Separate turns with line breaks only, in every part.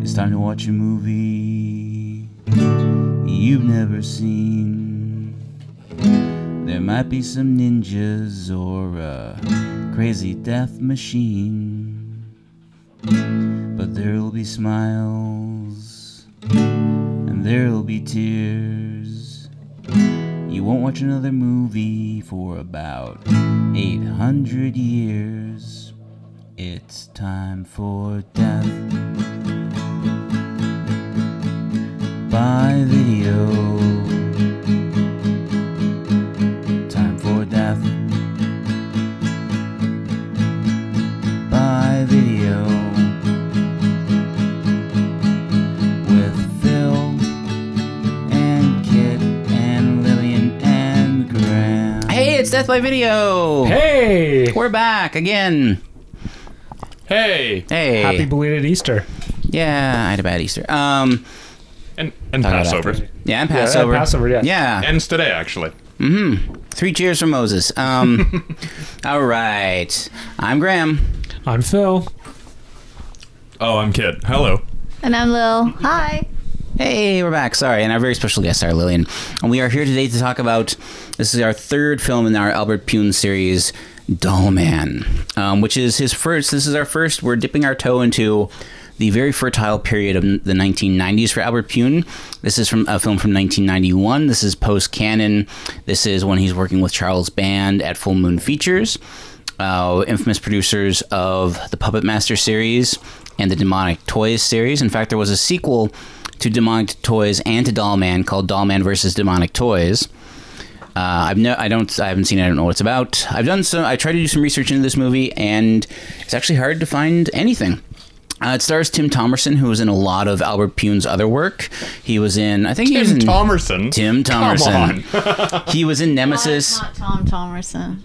It's time to watch a movie you've never seen. There might be some ninjas or a crazy death machine, but there'll be smiles and there'll be tears. You won't watch another movie for about 800 years. It's time for death by video. Time for death by video with Phil and Kit and Lillian and Graham. Hey, it's Death by Video.
Hey!
We're back again.
Hey!
Hey.
Happy belated Easter.
Yeah, I had a bad Easter. Um,
And and
Talk about
Passover.
after.
yeah, and
Yeah, and
Passover.
Passover, yeah.
Yeah.
Ends today, actually.
Three cheers for Moses. Um, all right. I'm Graham.
I'm Phil.
Oh, I'm Kid. Hello.
And I'm Lil. Hi.
Hey, we're back. Sorry, and our very special guest, our Lillian, and we are here today to talk about. This is our third film in our Albert Pune series, Doll Man, um, which is his first. This is our first. We're dipping our toe into the very fertile period of the 1990s for Albert Pune. This is from a film from 1991. This is post canon. This is when he's working with Charles Band at Full Moon Features uh, infamous producers of the Puppet Master series and the Demonic Toys series. In fact, there was a sequel to Demonic Toys and to Doll Man called Doll Man versus Demonic Toys. Uh, I've no, I don't, I haven't seen. it. I don't know what it's about. I've done some. I tried to do some research into this movie, and it's actually hard to find anything. Uh, it stars Tim Thomerson, who was in a lot of Albert Pune's other work. He was in, I think he was
Tim
in
Thomerson.
Tim Thomerson. he was in Nemesis.
Not Tom Thomerson.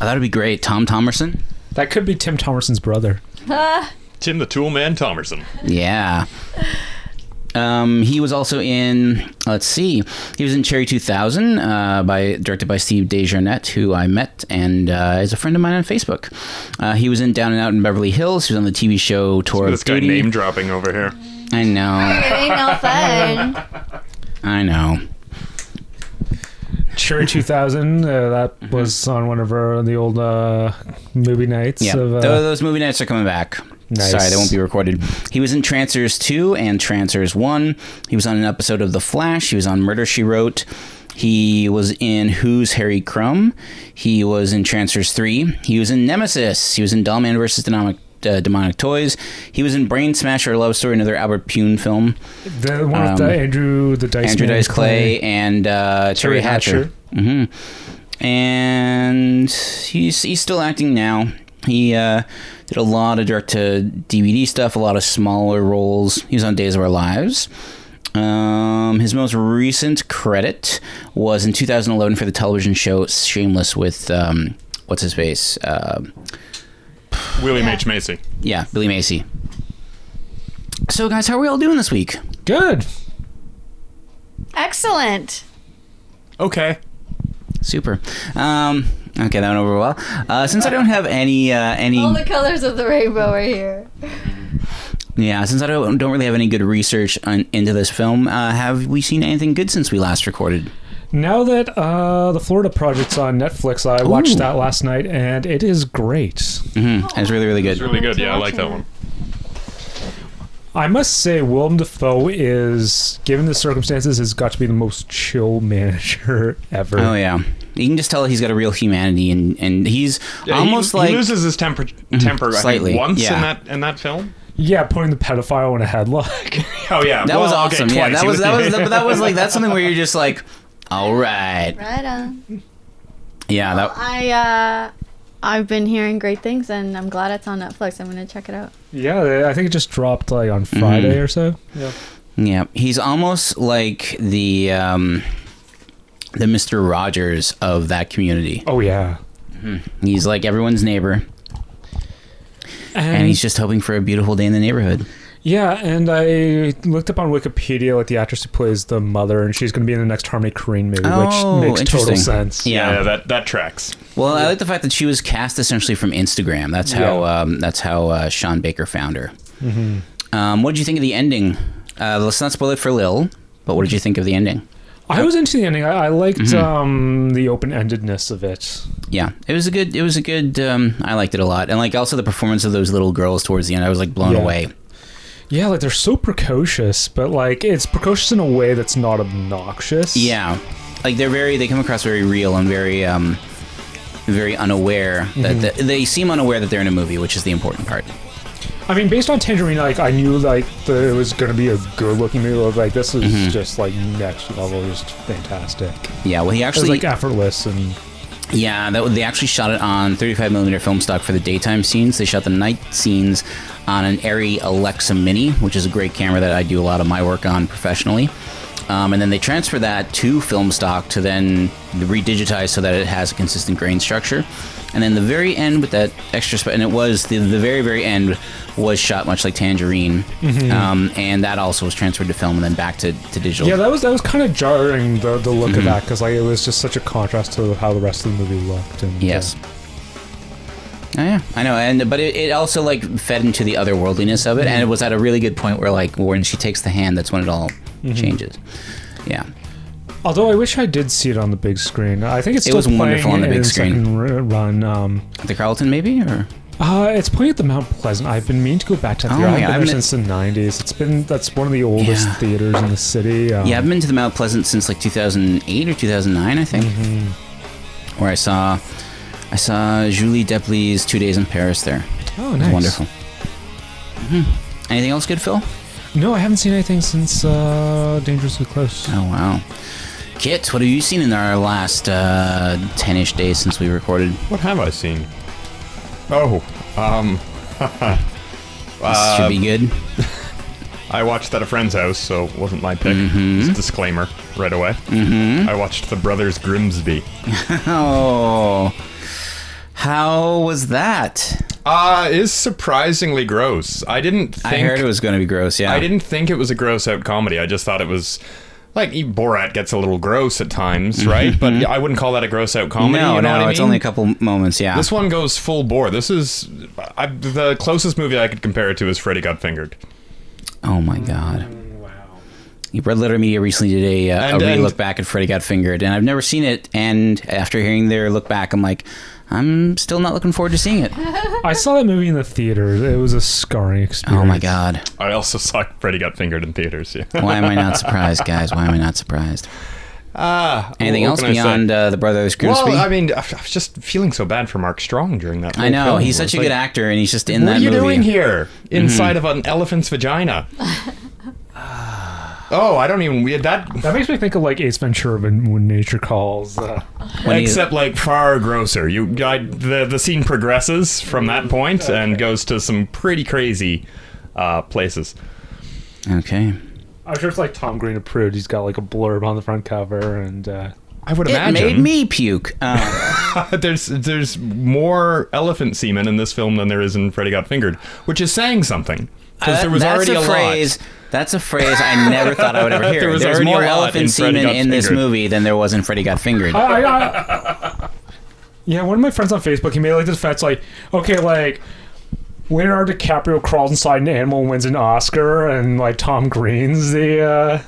Oh, that'd be great. Tom Thomerson.
That could be Tim Thomerson's brother.
Tim the Tool Man Thomerson.
Yeah. Um, he was also in. Let's see. He was in Cherry 2000, uh, by directed by Steve Desjardins, who I met and uh, is a friend of mine on Facebook. Uh, he was in Down and Out in Beverly Hills. He was on the TV show Tour
This
of
guy
Duty.
name dropping over here.
I know.
It ain't no fun.
I know.
Cherry 2000. Uh,
Mm-hmm.
that was on one of our the old uh, movie nights.
Yeah.
Of,
Tho-
uh,
those, movie nights are coming back.
Nice.
Sorry, they won't be recorded. He was in Trancers 2 and Trancers 1. He was on an episode of The Flash. He was on Murder, She Wrote. He was in Who's Harry Crumb. He was in Trancers 3. He was in Nemesis. He was in Dollman versus Demonic, uh, Demonic Toys. He was in Brain Smasher Love Story, another Albert Pune film.
the one with
um,
the Andrew the Dice
Andrew
Man
Dice Clay, and uh, Terry
Terry
Hatcher.
Hatcher.
hmm And he's he's still acting now. He uh, did a lot of direct to DVD stuff, a lot of smaller roles. He was on Days of Our Lives. Um, his most recent credit was in 2011 for the television show Shameless with um, what's his face? Um
William
Yeah.
H. Macy.
yeah, Billy Macy. So, guys, how are we all doing this week?
Good.
Excellent.
Okay.
Super. Um, okay, that went over well. Uh, since I don't have any uh, any
All the colors of the rainbow are here.
yeah, since I don't don't really have any good research on, into this film, uh, have we seen anything good since we last recorded?
Now that uh, the Florida Project's on Netflix, I watched
Ooh.
that last night and it is great.
hmm It's really really good.
It's really
I
good.
wanted to
Yeah, I
watch
like that
it.
one.
I must say, Willem Dafoe is, given the circumstances, has got to be the most chill manager ever.
Oh yeah, you can just tell he's got a real humanity, and and he's
Yeah, he-
almost
he,
like Mhm.
loses his temper temper I think,
Slightly,
once
yeah.
in that in that film.
Yeah, putting the pedophile in a headlock.
Oh yeah.
that
Well,
was
okay,
awesome. yeah,
twice.
that
He
was that was that, that was like that's something where you're just like, all right,
Right on.
yeah, that
I uh I've been hearing great things and I'm glad it's on Netflix. I'm gonna check it out.
yeah, I think it just dropped like on
Mm-hmm.
Friday or so. Yeah.
yeah, he's almost like the um, the Mister Rogers of that community.
Oh yeah.
He's like everyone's neighbor. and he's just hoping for a beautiful day in the neighborhood.
yeah, and I looked up on Wikipedia like the actress who plays the mother, and she's going to be in the next Harmony Korine movie,
Oh,
which makes total
interesting.
sense.
Yeah.
Yeah, that that tracks.
Well, I like the fact that she was cast essentially from Instagram. That's how
Yeah. Mm-hmm.
um, that's how uh, Sean Baker found her. Um, what did you think of the ending? Uh, let's not spoil it for Lil, but what did you think of the ending?
I was into the ending. I, I liked
Mm-hmm.
um, the open endedness of it.
Yeah, it was a good. It was a good. Um, I liked it a lot, and like also the performance of those little girls towards the end. I was like blown
Yeah.
away.
Yeah, like they're so precocious, but like it's precocious in a way that's not obnoxious.
Yeah, like they're very. They come across very real and very, um, very unaware that
Mm-hmm.
that they seem unaware that they're in a movie, which is the important part.
I mean, based on Tangerine, like I knew like that it was gonna be a good-looking movie. Like this is
Mm-hmm.
just like next level, just fantastic.
Yeah. Well, he
It was
actually.
like uh, effortless and
Yeah, that, they actually shot it on 35 millimeter film stock for the daytime scenes. They shot the night scenes on an Arri Alexa Mini, which is a great camera that I do a lot of my work on professionally. Um, and then they transfer that to film stock to then redigitize so that it has a consistent grain structure. And then the very end with that extra, sp- and it was the, the very very end was shot much like Tangerine,
Mm-hmm.
um, and that also was transferred to film and then back to, to digital.
yeah, that was that was kind of jarring the the look of
Mm-hmm.
that because like it was just such a contrast to how the rest of the movie looked. And uh,
Yes. Oh, yeah, I know, and but it, it also like fed into the otherworldliness of it, and it was at a really good point where like when she takes the hand, that's when it all changes. Yeah,
uh, although I wish I did see it on the big screen. I think it's
It
still
was wonderful
playing
on the big
in
screen.
second r- run. Um,
the Carlton maybe, or
Uh, it's playing at the Mount Pleasant. I've been meaning to go back to that
Oh,
theater. I've
yeah,
been
I've
there
been-
since the '90s. It's been that's one of the oldest
Yeah.
theaters in the city. Um,
yeah, I've been to the Mount Pleasant since like 2008 or 2009, I think, where I saw I saw Julie Depley's Two Days in Paris there.
oh,
It was
nice.
wonderful. hmm Anything else good, Phil?
No, I haven't seen anything since uh, Dangerously Close.
Oh wow, Kit, what have you seen in our last uh, 10-ish days since we recorded?
What have I seen? Oh, um,
This should be good.
I watched at a friend's house, so it wasn't my pick.
Mm-hmm.
Just disclaimer right away. I watched The Brothers Grimsby.
Oh, how was that?
Uh, is surprisingly gross. I didn't think
I heard it was going to be gross. Yeah,
I didn't think it was a gross out comedy. I just thought it was like e- Borat gets a little gross at times, right? But I wouldn't call that a gross out comedy.
Mm-hmm. No,
you know
no,
what I
it's
mean?
only a couple moments. Yeah,
This one goes full bore. This is I, the closest movie I could compare it to is Freddy Got Fingered.
oh my god. Red Letter Media recently did a, uh,
And-
a re
and-
look back at Freddy Got Fingered, and I've never seen it. And after hearing their look back, I'm like, I'm still not looking forward to seeing it.
I saw that movie in the theater. It was a scarring experience.
Oh my god!
I also saw Freddy Got Fingered in theaters. Yeah.
Why am I not surprised, guys? Why am I not surprised?
Ah.
Anything
what
else
can I say?
beyond uh, the Brothers Grimsby?
Well, I mean, I I was just feeling so bad for Mark Strong during that.
I
whole
know
film.
he's
It's
such a
like,
good actor, and he's just in
What
that
are you
movie. Mm-hmm.
doing here inside of an elephant's vagina? oh, I don't even we had that.
That makes me think of like Ace Ventura when, when nature calls. Uh,
When he-
Except like far grosser. You I, the the scene progresses from that point and goes to some pretty crazy uh, places.
okay.
I'm sure it's like Tom Green approved. He's got like a blurb on the front cover, and uh,
I would
It
imagine
made me puke. Uh,
there's there's more elephant semen in this film than there is in Freddy Got Fingered, which is saying something because
That-
there was
Uh, that's
already a,
a phrase. That's a phrase I never thought I would ever hear.
There was
There's
already
more
a lot
elephant
in Freddy
semen
Got
in this
Fingered. Ah.
movie than there was in Freddy Got Fingered.
I, I, yeah, one of my friends on Facebook, he made like this fetch, like, okay, like Leonardo DiCaprio crawls inside an animal and wins an Oscar, and like Tom Green's the. Uh,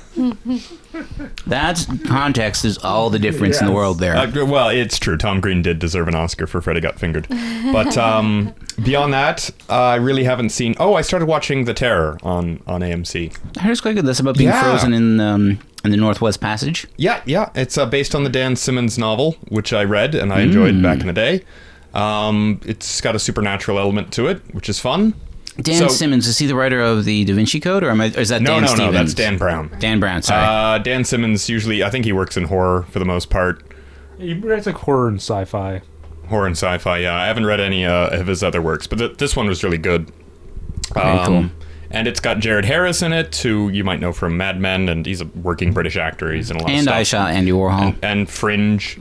that context is all the difference in the
Yes.
world there.
lot. Uh, well, it's true. Tom Green did deserve an Oscar for Freddy Got Fingered, but um, beyond that, uh, I really haven't seen. Oh, I started watching The Terror on on AMC.
I heard quick this about being
Yeah.
frozen in um, in the Northwest Passage.
Yeah, yeah. It's uh, based on the Dan Simmons novel, which I read and I enjoyed back in the day. Um, it's got a supernatural element to it, which is fun.
Dan
So-
Simmons is he the writer of the Da Vinci Code, or, am I, or is that
No,
Dan
no,
Stevens?
no. That's Dan Brown.
Dan Brown. Sorry.
Uh, Dan Simmons usually, I think he works in horror for the most part,
he writes like horror and sci-fi.
horror and sci-fi. Yeah, I haven't read any uh, of his other works, but th- this one was really good. Um,
Very cool.
And it's got Jared Harris in it, who you might know from Mad Men, and he's a working British actor. He's in a lot
And
of
I
stuff.
shot Andy Warhol.
and Fringe.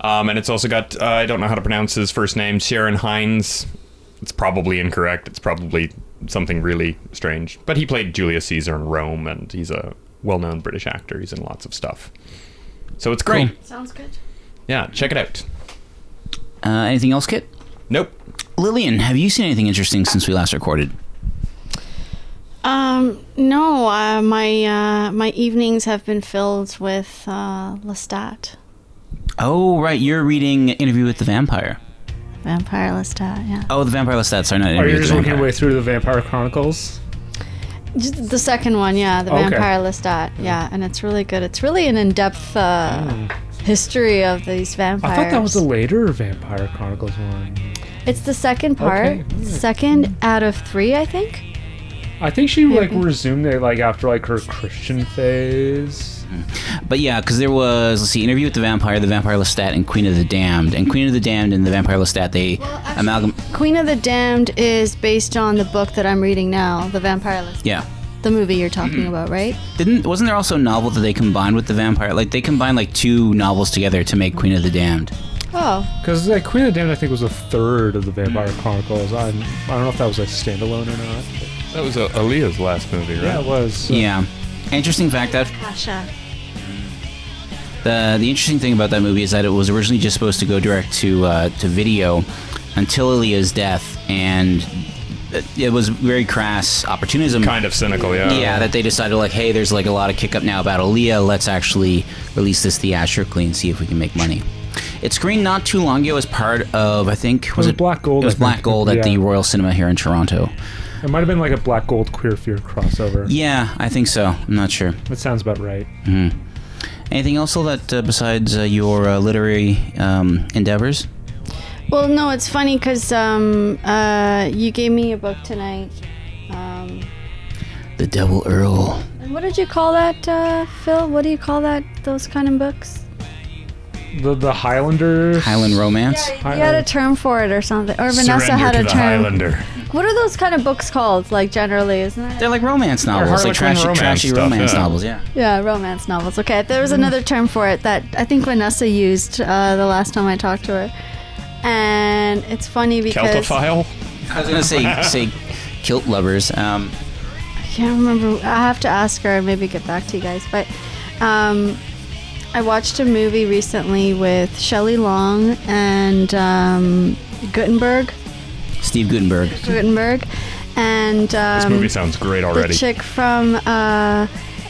Um, and it's also got, uh, I don't know how to pronounce his first name, Sharon Hines. It's probably incorrect. It's probably something really strange. But he played Julius Caesar in Rome, and he's a well known British actor. He's in lots of stuff. So it's great.
Sounds good.
Yeah, check it out.
Uh, anything else, Kit?
Nope.
Lillian, have you seen anything interesting since we last recorded?
Um, no, uh, my uh, my evenings have been filled with uh, Lestat,
Oh, right. You're reading Interview with the Vampire.
Vampire Lestat. Yeah,
Oh, the Vampire Lestat. Sorry, not
Are
Interview
you
with
just
the
working your
Vampire.
way through the Vampire Chronicles?
J- the second one. Yeah, the
Okay.
Vampire Lestat. Yeah, and it's really good. It's really an in-depth uh, history of these vampires.
Hmm. I thought that was the later Vampire Chronicles one.
It's the second part,
Okay, alright.
second out of three, I think.
I think she like
Maybe.
resumed it like after like her Christian phase.
But yeah, because there was, let's see, Interview with the Vampire, The Vampire Lestat, and Queen of the Damned. And Queen of the Damned and The Vampire Lestat, they amalgam.
Queen of the Damned is based on the book that I'm reading now, The Vampire Lestat.
Yeah.
The movie you're
Mm.
talking about, right?
Didn't wasn't there also a novel that they combined with the vampire? Like they combined like two novels together to make Queen of the Damned.
Oh,
Because like Queen of the Damned, I think was a third of the Vampire Chronicles. I I don't know if that was like standalone or not.
That was uh, Aaliyah's last movie, right?
Yeah, it was. uh, so-
Yeah. Interesting fact that
Pasha.
the the interesting thing about that movie is that it was originally just supposed to go direct to uh, to video until Aaliyah's death, and it- it was very crass opportunism.
Kind of cynical, yeah.
Yeah, that they decided like, hey, there's like a lot of kick up now about Aaliyah. Let's actually release this theatrically and see if we can make money. It screened not too long ago as part of I think was
was Black Gold,
It was
I
Black
think.
Gold at
Yeah.
the Royal Cinema here in Toronto.
It might have been like a Black Gold Queer Fear crossover.
Yeah, I think so. I'm not sure.
That sounds about right.
Anything else that uh, besides uh, your uh, literary um, endeavors?
Well, no, it's funny because um, uh, you gave me a book tonight. Um,
The Devil Earl.
and what did you call that, uh, Phil? What do you call that? Those kind of books?
The the Highlanders.
Highland Romance.
Yeah, you had a term for it or something. Or
Surrender
Vanessa had
to
a
the
term.
Highlander.
What are those kind of books called? Like generally, isn't it?
They're like romance novels, like
Harlequin
trashy,
romance
trashy
stuff,
romance
yeah.
novels. Yeah.
Yeah, romance novels. Okay, there was another term for it that I think Vanessa used uh, the last time I talked to her, and it's funny because I
Celtophile?
I was gonna say say kilt lovers. Um,
can't remember. I have to ask her and maybe get back to you guys. But um, I watched a movie recently with Shelley Long and um, Gutenberg.
Steve Gutenberg.
Gutenberg, and um,
This movie sounds great
the
already.
chick from uh,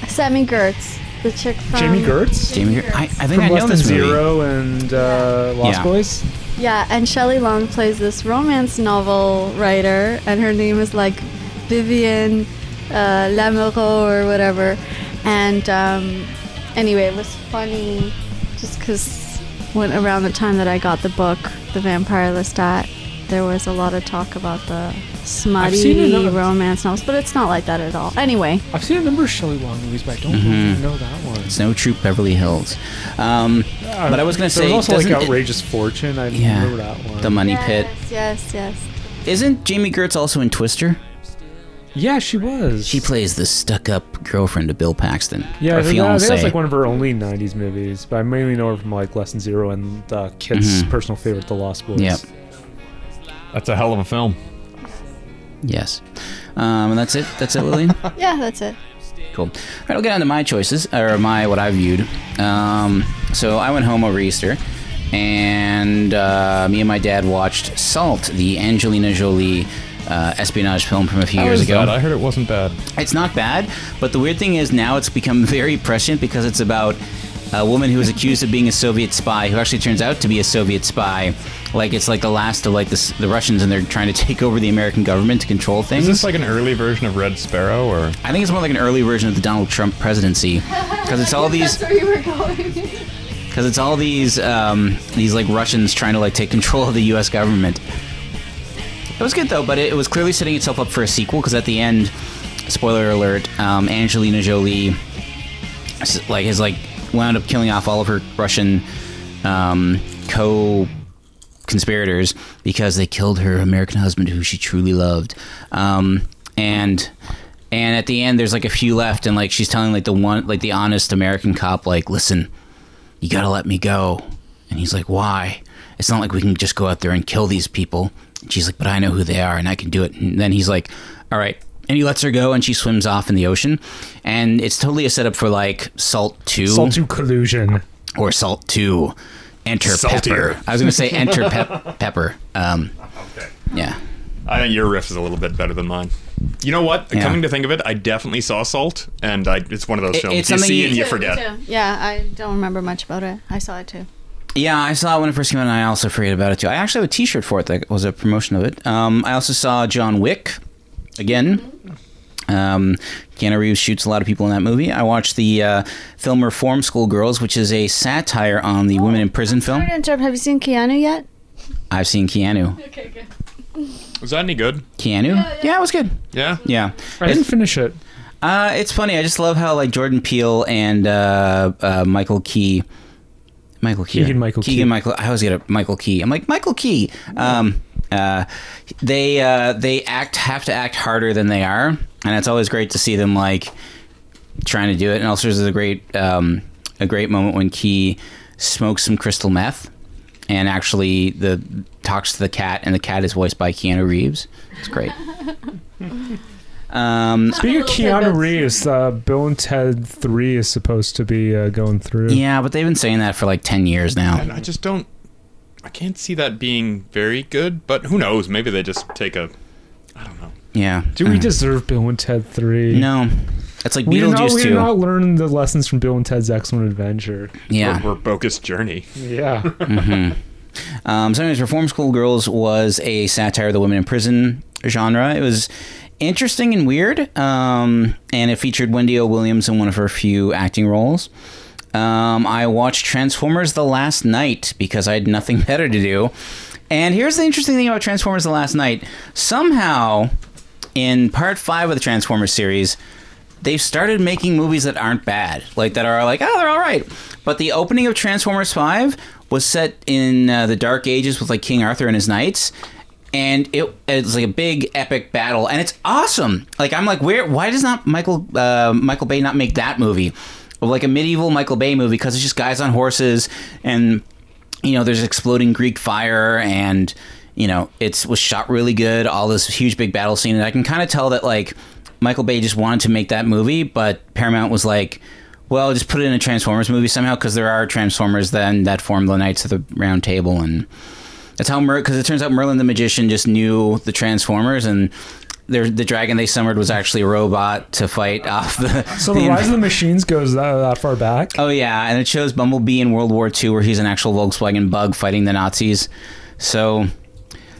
Sammy Gertz. The chick from
Jamie Gertz.
Jamie. I, I think
From
I know
Less Than
this movie.
Zero and uh, Lost
Yeah.
Boys.
Yeah, and Shelley Long plays this romance novel writer, and her name is like Vivian uh, Lamoureux or whatever. And um, anyway, it was funny just because when around the time that I got the book, The Vampire Lestat, there was a lot of talk about the
seen
smutty
another-
romance novels, but it's not like that at all. Anyway,
I've seen a number of Shelley Long movies, but I don't
Mm-hmm.
really know that one.
Snow Troop Beverly Hills. Um, but I was gonna
Uh, there
say,
was also like
doesn't it-
outrageous fortune. I
yeah,
remember that one.
the Money Pit.
yes, yes.
Isn't Jamie Gertz also in Twister?
yeah, she was.
She plays the stuck-up girlfriend of Bill Paxton.
Yeah,
or
I think that- I think
fiance.
that's like one of her only '90s movies. But I mainly know her from like Lesson Zero and uh, Kit's
Mm-hmm.
personal favorite, The Lost Boys.
Yep.
That's a hell of a film.
Yes. Um, and that's it. That's it, Lillian.
Yeah, that's it.
Cool. All right, I'll get on to my choices, or my what I viewed. Um, so I went home over Easter, and uh, me and my dad watched Salt, the Angelina Jolie uh, espionage film from a few
How
years
is
ago.
that? I heard it wasn't bad.
It's not bad, but the weird thing is now it's become very prescient because it's about a woman who is accused of being a Soviet spy who actually turns out to be a Soviet spy. Like it's like the last of like the, the Russians and they're trying to take over the American government to control things.
Is this like an early version of Red Sparrow or
I think it's more like an early version of the Donald Trump presidency because it's all these
where you were going.
because it's all these um, these like Russians trying to like take control of the U.S. government. It was good though, but it, it was clearly setting itself up for a sequel because at the end, spoiler alert, um, Angelina Jolie s- like has like wound up killing off all of her Russian um, co conspirators because they killed her American husband who she truly loved. Um, and and at the end there's like a few left and like she's telling like the one like the honest American cop like listen, you got to let me go. And he's like, "Why? It's not like we can just go out there and kill these people." And she's like, "But I know who they are and I can do it." And then he's like, "All right." And he lets her go and she swims off in the ocean. And it's totally a setup for like Salt 2
Salt to collusion.
or salt to enter
Saltier.
pepper. I was going to say enter pep- pepper. Um,
Okay.
yeah.
I think your riff is a little bit better than mine. You know what?
Yeah.
Coming to think of it, I definitely saw Salt, and I, it's one of those
It-
films
it's
you
something
see
you-
and you
Too,
forget.
too. Yeah, I don't remember much about it. I saw it too.
Yeah, I saw it when it first came out, and I also forget about it too. I actually have a T-shirt for it that was a promotion of it. Um, I also saw John Wick again. Um, Keanu Reeves shoots a lot of people in that movie. I watched the uh, film Reform School Girls, which is a satire on the women in prison film.
Sorry to interrupt. Have you seen Keanu yet?
I've seen Keanu.
Okay, good.
Was that any good?
Keanu? Yeah, it was good.
Yeah.
Yeah.
I didn't finish it.
Uh, it's funny. I just love how like Jordan Peele and uh, uh, Michael Key, Michael Key,
Keegan-Michael Key.
Keegan Michael. I always get a Michael Key. I'm like Michael Key. Um, uh, they uh, they act have to act harder than they are, and it's always great to see them like trying to do it. And also, there's a great um, a great moment when Key smokes some crystal meth. And actually, the talks to the cat, and the cat is voiced by Keanu Reeves. It's great. um,
Speaking of
Little
Keanu
tidbits.
Reeves, uh, Bill and Ted Three is supposed to be uh, going through.
Yeah, but they've been saying that for like 10 years now.
And I just don't. I can't see that being very good, but who knows? Maybe they just take a. I don't know.
Yeah.
Do we
Uh,
deserve Bill and Ted Three?
No. It's like
We did, not,
Beetlejuice
we did
2.
not learn the lessons from Bill and Ted's Excellent Adventure.
Yeah.
Or, or bogus journey.
Yeah.
Um, so, anyways, Reform School Girls was a satire of the women in prison genre. It was interesting and weird, um, and it featured Wendy O. Williams in one of her few acting roles. Um, I watched Transformers the last night because I had nothing better to do. And here's the interesting thing about Transformers the last night. Somehow, in part five of the Transformers series, they've started making movies that aren't bad, like that are like, oh, they're all right. But the opening of Transformers Five was set in uh, the Dark Ages with like King Arthur and his knights, and it it's like a big epic battle, and it's awesome. Like I'm like, where? Why does not Michael uh, Michael Bay not make that movie? Of, Like a medieval Michael Bay movie because it's just guys on horses and you know there's exploding Greek fire and you know it's was shot really good all this huge big battle scene and I can kind of tell that like Michael Bay just wanted to make that movie but Paramount was like well just put it in a Transformers movie somehow because there are Transformers then that form the Knights of the Round Table and that's how Mer because it turns out Merlin the magician just knew the Transformers and their, the dragon they summoned was actually a robot to fight off the
So the
the-
Rise of the Machines goes that, that far back.
Oh yeah, and it shows Bumblebee in World War II, where he's an actual Volkswagen Bug fighting the Nazis. So,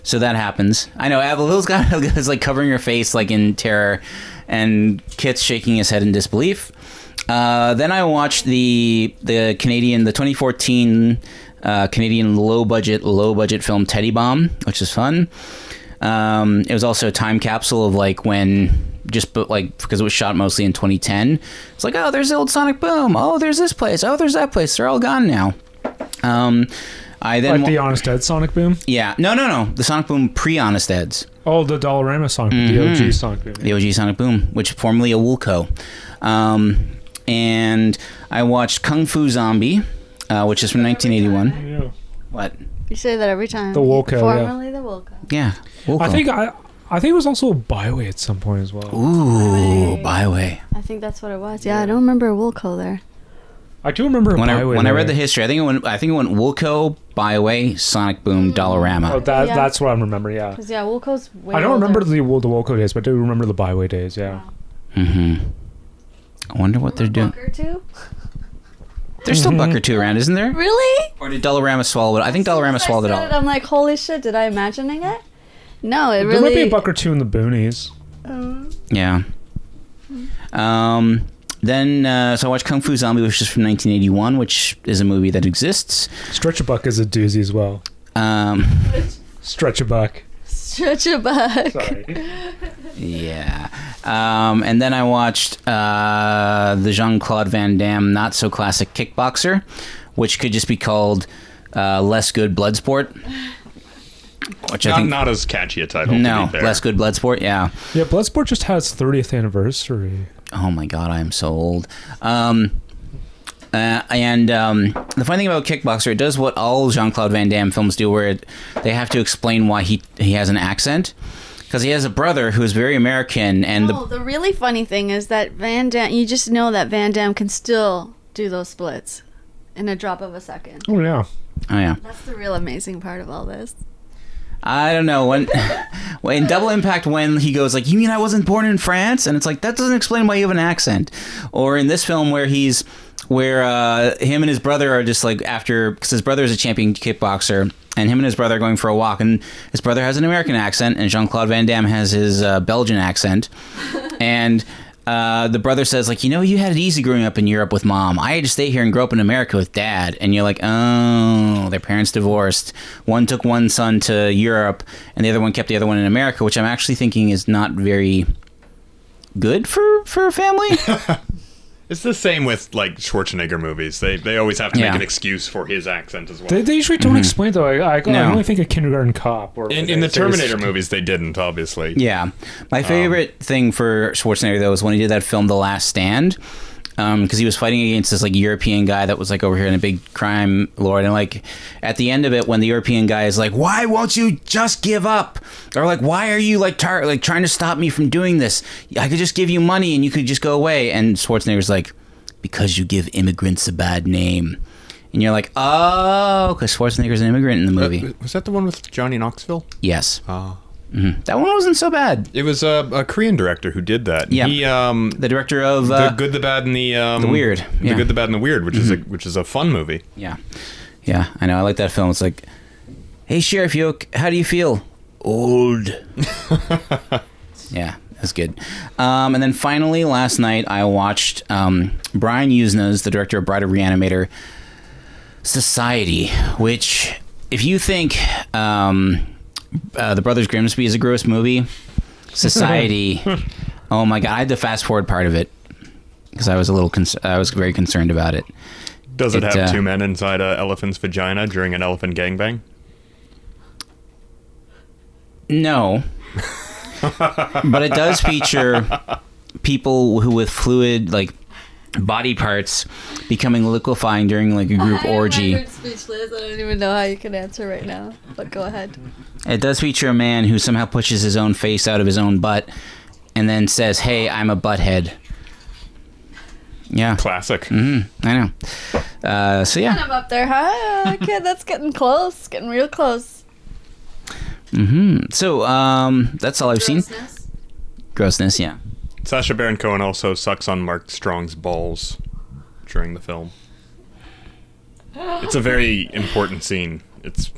so that happens. I know Avalil's got is like covering her face like in terror, and Kit's shaking his head in disbelief. Uh, then I watched the the Canadian the 2014 uh, Canadian low budget low budget film Teddy Bomb, which is fun. Um, it was also a time capsule of like when just but like because it was shot mostly in 2010. It's like oh, there's the old Sonic Boom. Oh, there's this place. Oh, there's that place. They're all gone now. Um, I then
Like
wa-
the Honest Ed Sonic Boom.
yeah no no no the Sonic Boom pre Honest Ed's
Oh, the Dollarama Sonic Boom. The OG Sonic Boom.
Mm-hmm. the OG Sonic Boom, which formerly a Woolco. Um, and I watched Kung Fu Zombie, uh, which is from 1981.
Yeah.
What?
You say that every time.
The Wilco, yeah.
Formerly the Wolco.
Yeah, Woolco.
I think I, I think it was also a byway at some point as well.
Ooh, Byway.
I think that's what it was. Yeah, I don't remember Wolco there.
I do remember a
When I
byway.
when I read the
there.
history, I think it went. I think it went Woolco, Byway, Sonic Boom,
Oh,
Dollarama.
that,
Yeah.
that's what I'm remembering. Yeah.
Cause yeah, Wolco's way
I don't
older.
remember the World of Woco days, but I do remember the byway days. Yeah.
hmm I wonder what they're doing.
Walker too?
There's still
Mm-hmm.
Buck or two around, isn't there?
Really?
Or did Dollarama swallow it? I think Dollarama
As I
swallowed it
said
all.
I'm like, holy shit! Did I imagining it? No, it
There might be
really.
a buck or two in the boonies.
Yeah. Um, then uh, so I watched Kung Fu Zombie, which is from 1981, which is a movie that exists.
Stretch a buck is a doozy as well.
Um,
Stretch a buck.
Stretch a buck.
Sorry.
yeah. Um, and then I watched uh, the Jean Claude Van Damme not so classic kickboxer, which could just be called uh, less good blood sport. Which I
Not,
think
not as catchy a title.
no
to be fair.
less good blood sport. Yeah.
yeah, Bloodsport just had its 30th anniversary.
Oh my god, I am so old. Um, uh, and um, the funny thing about Kickboxer, it does what all Jean Claude Van Damme films do, where it, they have to explain why he he has an accent, because he has a brother who is very American, and
No, Oh, the really funny thing is that Van Dam. You just know that Van Dam can still do those splits in a drop of a second.
Oh, yeah.
the oh yeah.
That's the real amazing part of all this.
I don't know when. when in Double Impact, when he goes like, "You mean I wasn't born in France?" and it's like that doesn't explain why you have an accent. Or in this film where he's where uh, him and his brother are just like after because his brother is a champion kickboxer. And him and his brother are going for a walk, and his brother has an American accent, and Jean Claude Van Damme has his uh, Belgian accent. and uh, the brother says, like, you know, you had it easy growing up in Europe with mom. I had to stay here and grow up in America with dad. And you're like, oh, their parents divorced. One took one son to Europe, and the other one kept the other one in America, which I'm actually thinking is not very good for for a family.
It's the same with like Schwarzenegger movies. They they always have to
Yeah.
make an excuse for his accent as well.
They, they usually don't explain though. I, I,
Mm-hmm. No.
I only think of Kindergarten Cop or
in, in the
they say it's-
Terminator movies, they didn't obviously.
yeah, my favorite thing for Schwarzenegger though was when he did that film, The Last Stand. because he was fighting against this like European guy that was like over here in a big crime lord, and like at the end of it, when the European guy is like, "Why won't you just give up?" or like, "Why are you like tar- like trying to stop me from doing this? I could just give you money and you could just go away." And Schwarzenegger's like, "Because you give immigrants a bad name," and you're like, "Oh, because Schwarzenegger's an immigrant in the movie."
Was that the one with Johnny Knoxville?
yes, Mhm. that one wasn't so bad.
Uh, It was a, a Korean director who did that.
Yeah.
He um
The director of
the
uh,
good, the bad, and the um
The Weird, yeah. Mm-hmm.
The good, the bad, and the weird, which is a which is a fun movie.
Yeah, yeah, I know. I like that film. It's like, hey, Sheriff Yoke, how do you feel? Old. yeah, that's good. Um, and then finally, last night I watched um, Brian Usna's, the director of Bride of Reanimator, Society, which, if you think um, uh, the Brothers Grimsby is a gross movie, Society. oh my god, I had to fast forward part of it because I was a little, cons- I was very concerned about it.
Does it,
It,
have
uh,
two men inside a elephant's vagina during an elephant gangbang?
No. but it does feature people who with fluid like body parts becoming liquefying during like a group
Oh, I am
orgy.
rendered speechless. I don't even know how you can answer right now. But go ahead.
It does feature a man who somehow pushes his own face out of his own butt and then says, "Hey, I'm a butthead." Yeah,
Classic.
I know. Uh, so
Kind
yeah,
of up there, huh? Okay, that's getting close. Getting real close.
so um, that's all I've seen. Grossness, yeah.
Sasha Baron Cohen also sucks on Mark Strong's balls during the film. It's a very important scene. It's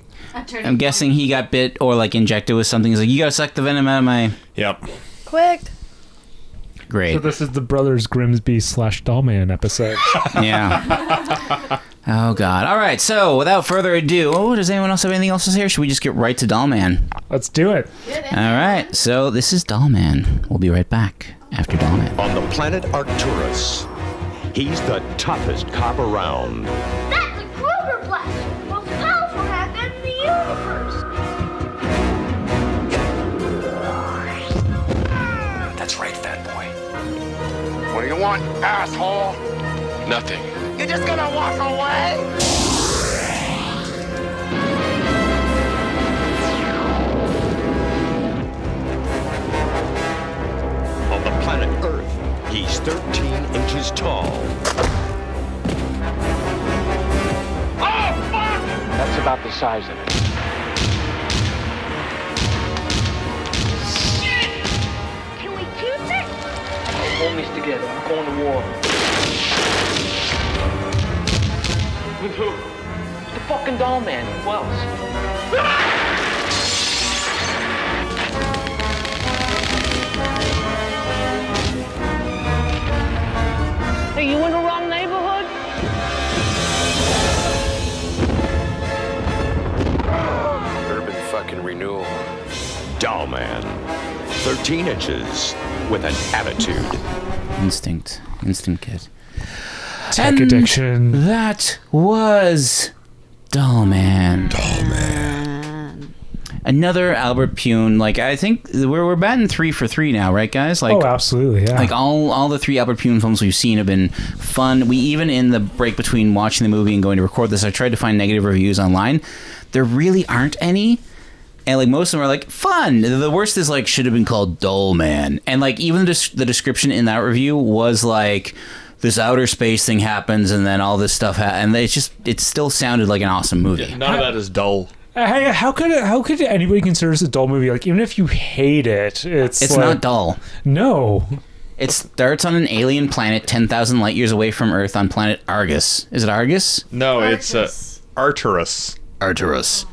I'm guessing he got bit or like injected with something. He's like, "You gotta suck the venom out of my."
yep.
Quick.
Great.
So this is the Brothers Grimsby slash Dollman episode.
yeah. Oh God! All right. So, without further ado, oh, does anyone else have anything else to say, or should we just get right to Dollman?
Let's do it.
All right. So this is Dollman. We'll be right back after Dollman.
on the planet Arcturus. He's the toughest cop around.
That's a Kruger blast, most powerful weapon in the universe.
That's right, fat boy. What do you want, asshole? Nothing. You're just gonna walk away?
On the planet Earth, he's 13 inches tall.
That's about the size of it.
Can we keep it?
Homies together. I'm going to war. With who? The fucking doll man. Who else?
Are you in the wrong neighborhood?
Urban fucking renewal.
Doll man. 13 inches with an attitude.
Instinct, instant kid.
Tech
Mm.
addiction.
That was Dollman. Dollman. Another Albert Pune. Like I think we're we're batting three for three now, right, guys? Like
Oh, absolutely. Yeah.
Like all, all the three Albert Pune films we've seen have been fun. We even in the break between watching the movie and going to record this, I tried to find negative reviews online. There really aren't any. And like most of them are like fun. The worst is like should have been called Dull Man. And like even the, the description in that review was like this outer space thing happens and then all this stuff ha- and it's just it still sounded like an awesome movie.
None of that is dull.
Uh, Hey, how could it, how could anybody consider this a dull movie? Like, even if you hate it, it's
It's
like,
not dull.
No,
It starts on an alien planet 10,000 light years away from Earth on planet Argus. Is it Argus?
No, it's uh, Arturus.
Arturus.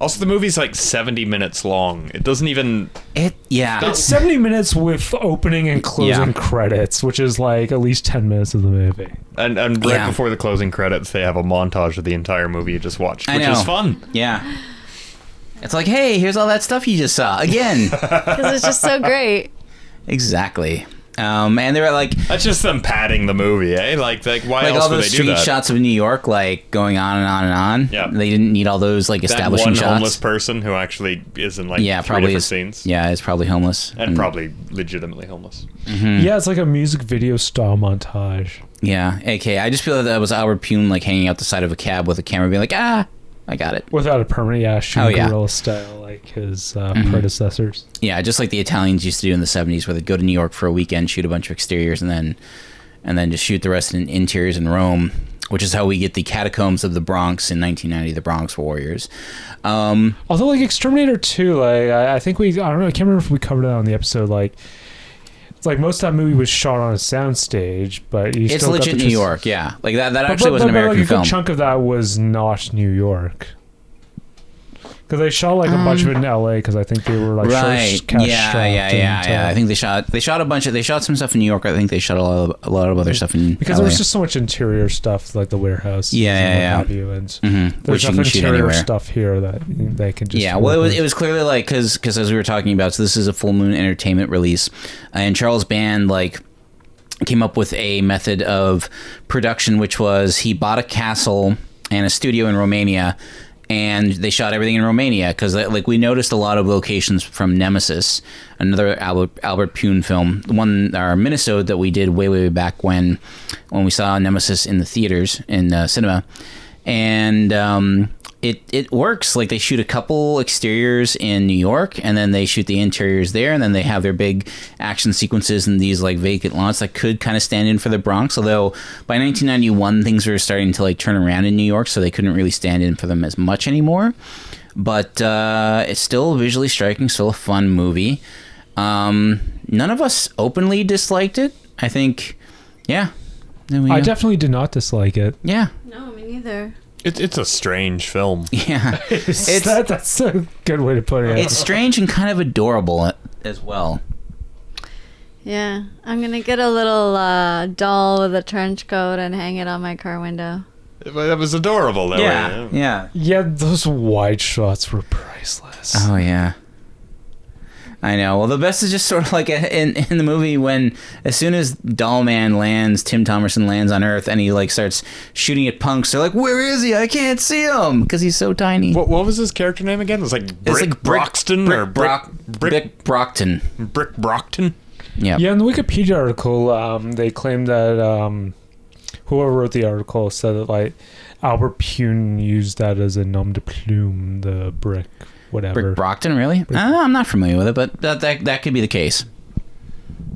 Also, the movie's like 70 minutes long. It doesn't even.
It yeah.
it's seventy minutes with opening and closing
Yeah.
credits, which is like at least ten minutes of the movie.
And, and right
Yeah.
before the closing credits, they have a montage of the entire movie you just watched,
I
which
know.
is fun.
yeah. It's like, "Hey, here's all that stuff you just saw again."
because it's just so great.
exactly. Um, and they were like
That's just them padding the movie, eh? Like, like why
like
else
all
would
those
they do
street
that?
shots of New York like going on and on and on.
Yeah.
They didn't need all those like
that
establishing
one
shots.
homeless person who actually is in like
yeah,
three
probably
different
is.
scenes.
Yeah, Mm. it's probably homeless.
And probably legitimately homeless.
Mm.
Yeah, it's like a music video style montage.
Yeah, okay. I just feel that was Albert Pune like hanging out the side of a cab with a camera, being like, "Ah, I got it."
without a permanent yeah, shooting
Oh, yeah. Mm-hmm.
guerrilla style like his uh, predecessors.
Yeah, just like the Italians used to do in the '70s, where they'd go to New York for a weekend, shoot a bunch of exteriors, and then and then just shoot the rest in interiors in Rome, which is how we get the catacombs of the Bronx in 1990, the Bronx Warriors. Um,
Although like Exterminator Two, like I, I think we I don't know I can't remember if we covered that on the episode. Like it's like most of that movie was shot on a soundstage, but you
it's
still
legit
got the
New
tris-
York, yeah. Like that. That
But-
actually
but-
was an
but, like,
American
a good
film.
chunk of that was not New York. Because they shot like a bunch of it in L.A. Because I think they were like short-
Right.
kind of
yeah,
shot
yeah,
and,
yeah, yeah.
uh,
I think they shot they shot a bunch of they shot some stuff in New York. I think they shot a lot of, a lot of other stuff in
because
LA.
there was just so much interior stuff, like the warehouse,
Yeah,
and what
yeah, yeah.
have you, and
Mhm.
there's
which you
enough
can shoot
interior
anywhere.
stuff here that they can just
yeah, well, it
work
was,
with.
it was clearly like because as we were talking about, so this is a Full Moon Entertainment release, uh, and Charles Band like came up with a method of production, which was he bought a castle and a studio in Romania, and they shot everything in Romania because like we noticed a lot of locations from Nemesis, another Albert Albert Pune film, the one our Minnesota that we did way way way back when, when we saw Nemesis in the theaters in uh, cinema, and. Um, it, it works like they shoot a couple exteriors in New York and then they shoot the interiors there and then they have their big action sequences in these like vacant lots that could kind of stand in for the Bronx although by 1991 things were starting to like turn around in New York so they couldn't really stand in for them as much anymore but uh, it's still visually striking still a fun movie um, none of us openly disliked it I think yeah There we
I
go.
definitely did not dislike it.
yeah
No, me neither.
It, it's a strange film.
yeah
It's, that, that's a good way to put it.
it's strange and kind of adorable uh, as well.
Yeah, I'm gonna get a little uh, doll with a trench coat and hang it on my car window.
But That was adorable. That
Yeah,
way.
yeah.
yeah, those wide shots were priceless.
Oh yeah. I know. Well, the best is just sort of like in in the movie when as soon as Dollman lands, Tim Thomerson lands on Earth, and he like starts shooting at punks. They're like, "Where is he? I can't see him because he's so tiny."
What, what was his character name again? It was like Brick
it's like Brick-
Broxton
Brick,
or Brick
Brock-
Brick,
Brick Brockton.
Brick Brockton.
Yeah.
Yeah, in the Wikipedia article, um, they claim that um, whoever wrote the article said that like Albert Pune used that as a nom de plume, the brick, whatever.
Brick Brockton, really? Uh, I'm not familiar with it, but that, that that could be the case.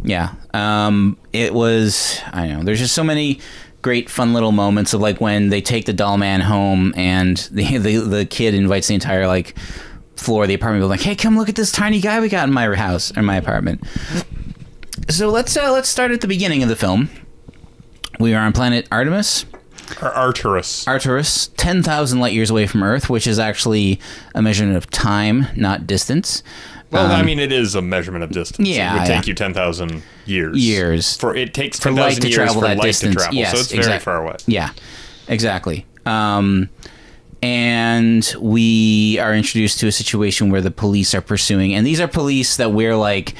Yeah. Um, it was. I don't know. There's just so many great, fun little moments of like when they take the doll man home, and the the, the kid invites the entire like floor of the apartment, building, like, "Hey, come look at this tiny guy we got in my house or my apartment." So let's uh, let's start at the beginning of the film. We are on planet Artemis.
Or Arturus.
Arturus, 10,000 light years away from Earth, which is actually a measurement of time, not distance.
well, I
Um,
mean, it is a measurement of distance.
Yeah,
It would take
yeah.
you 10,000 years.
Years.
For It takes
for light
10,000
to
years
travel
for
that
light
distance.
to travel.
yes,
so it's very
exact-
far away.
Yeah, exactly. Um, and we are introduced to a situation where the police are pursuing, and these are police that wear like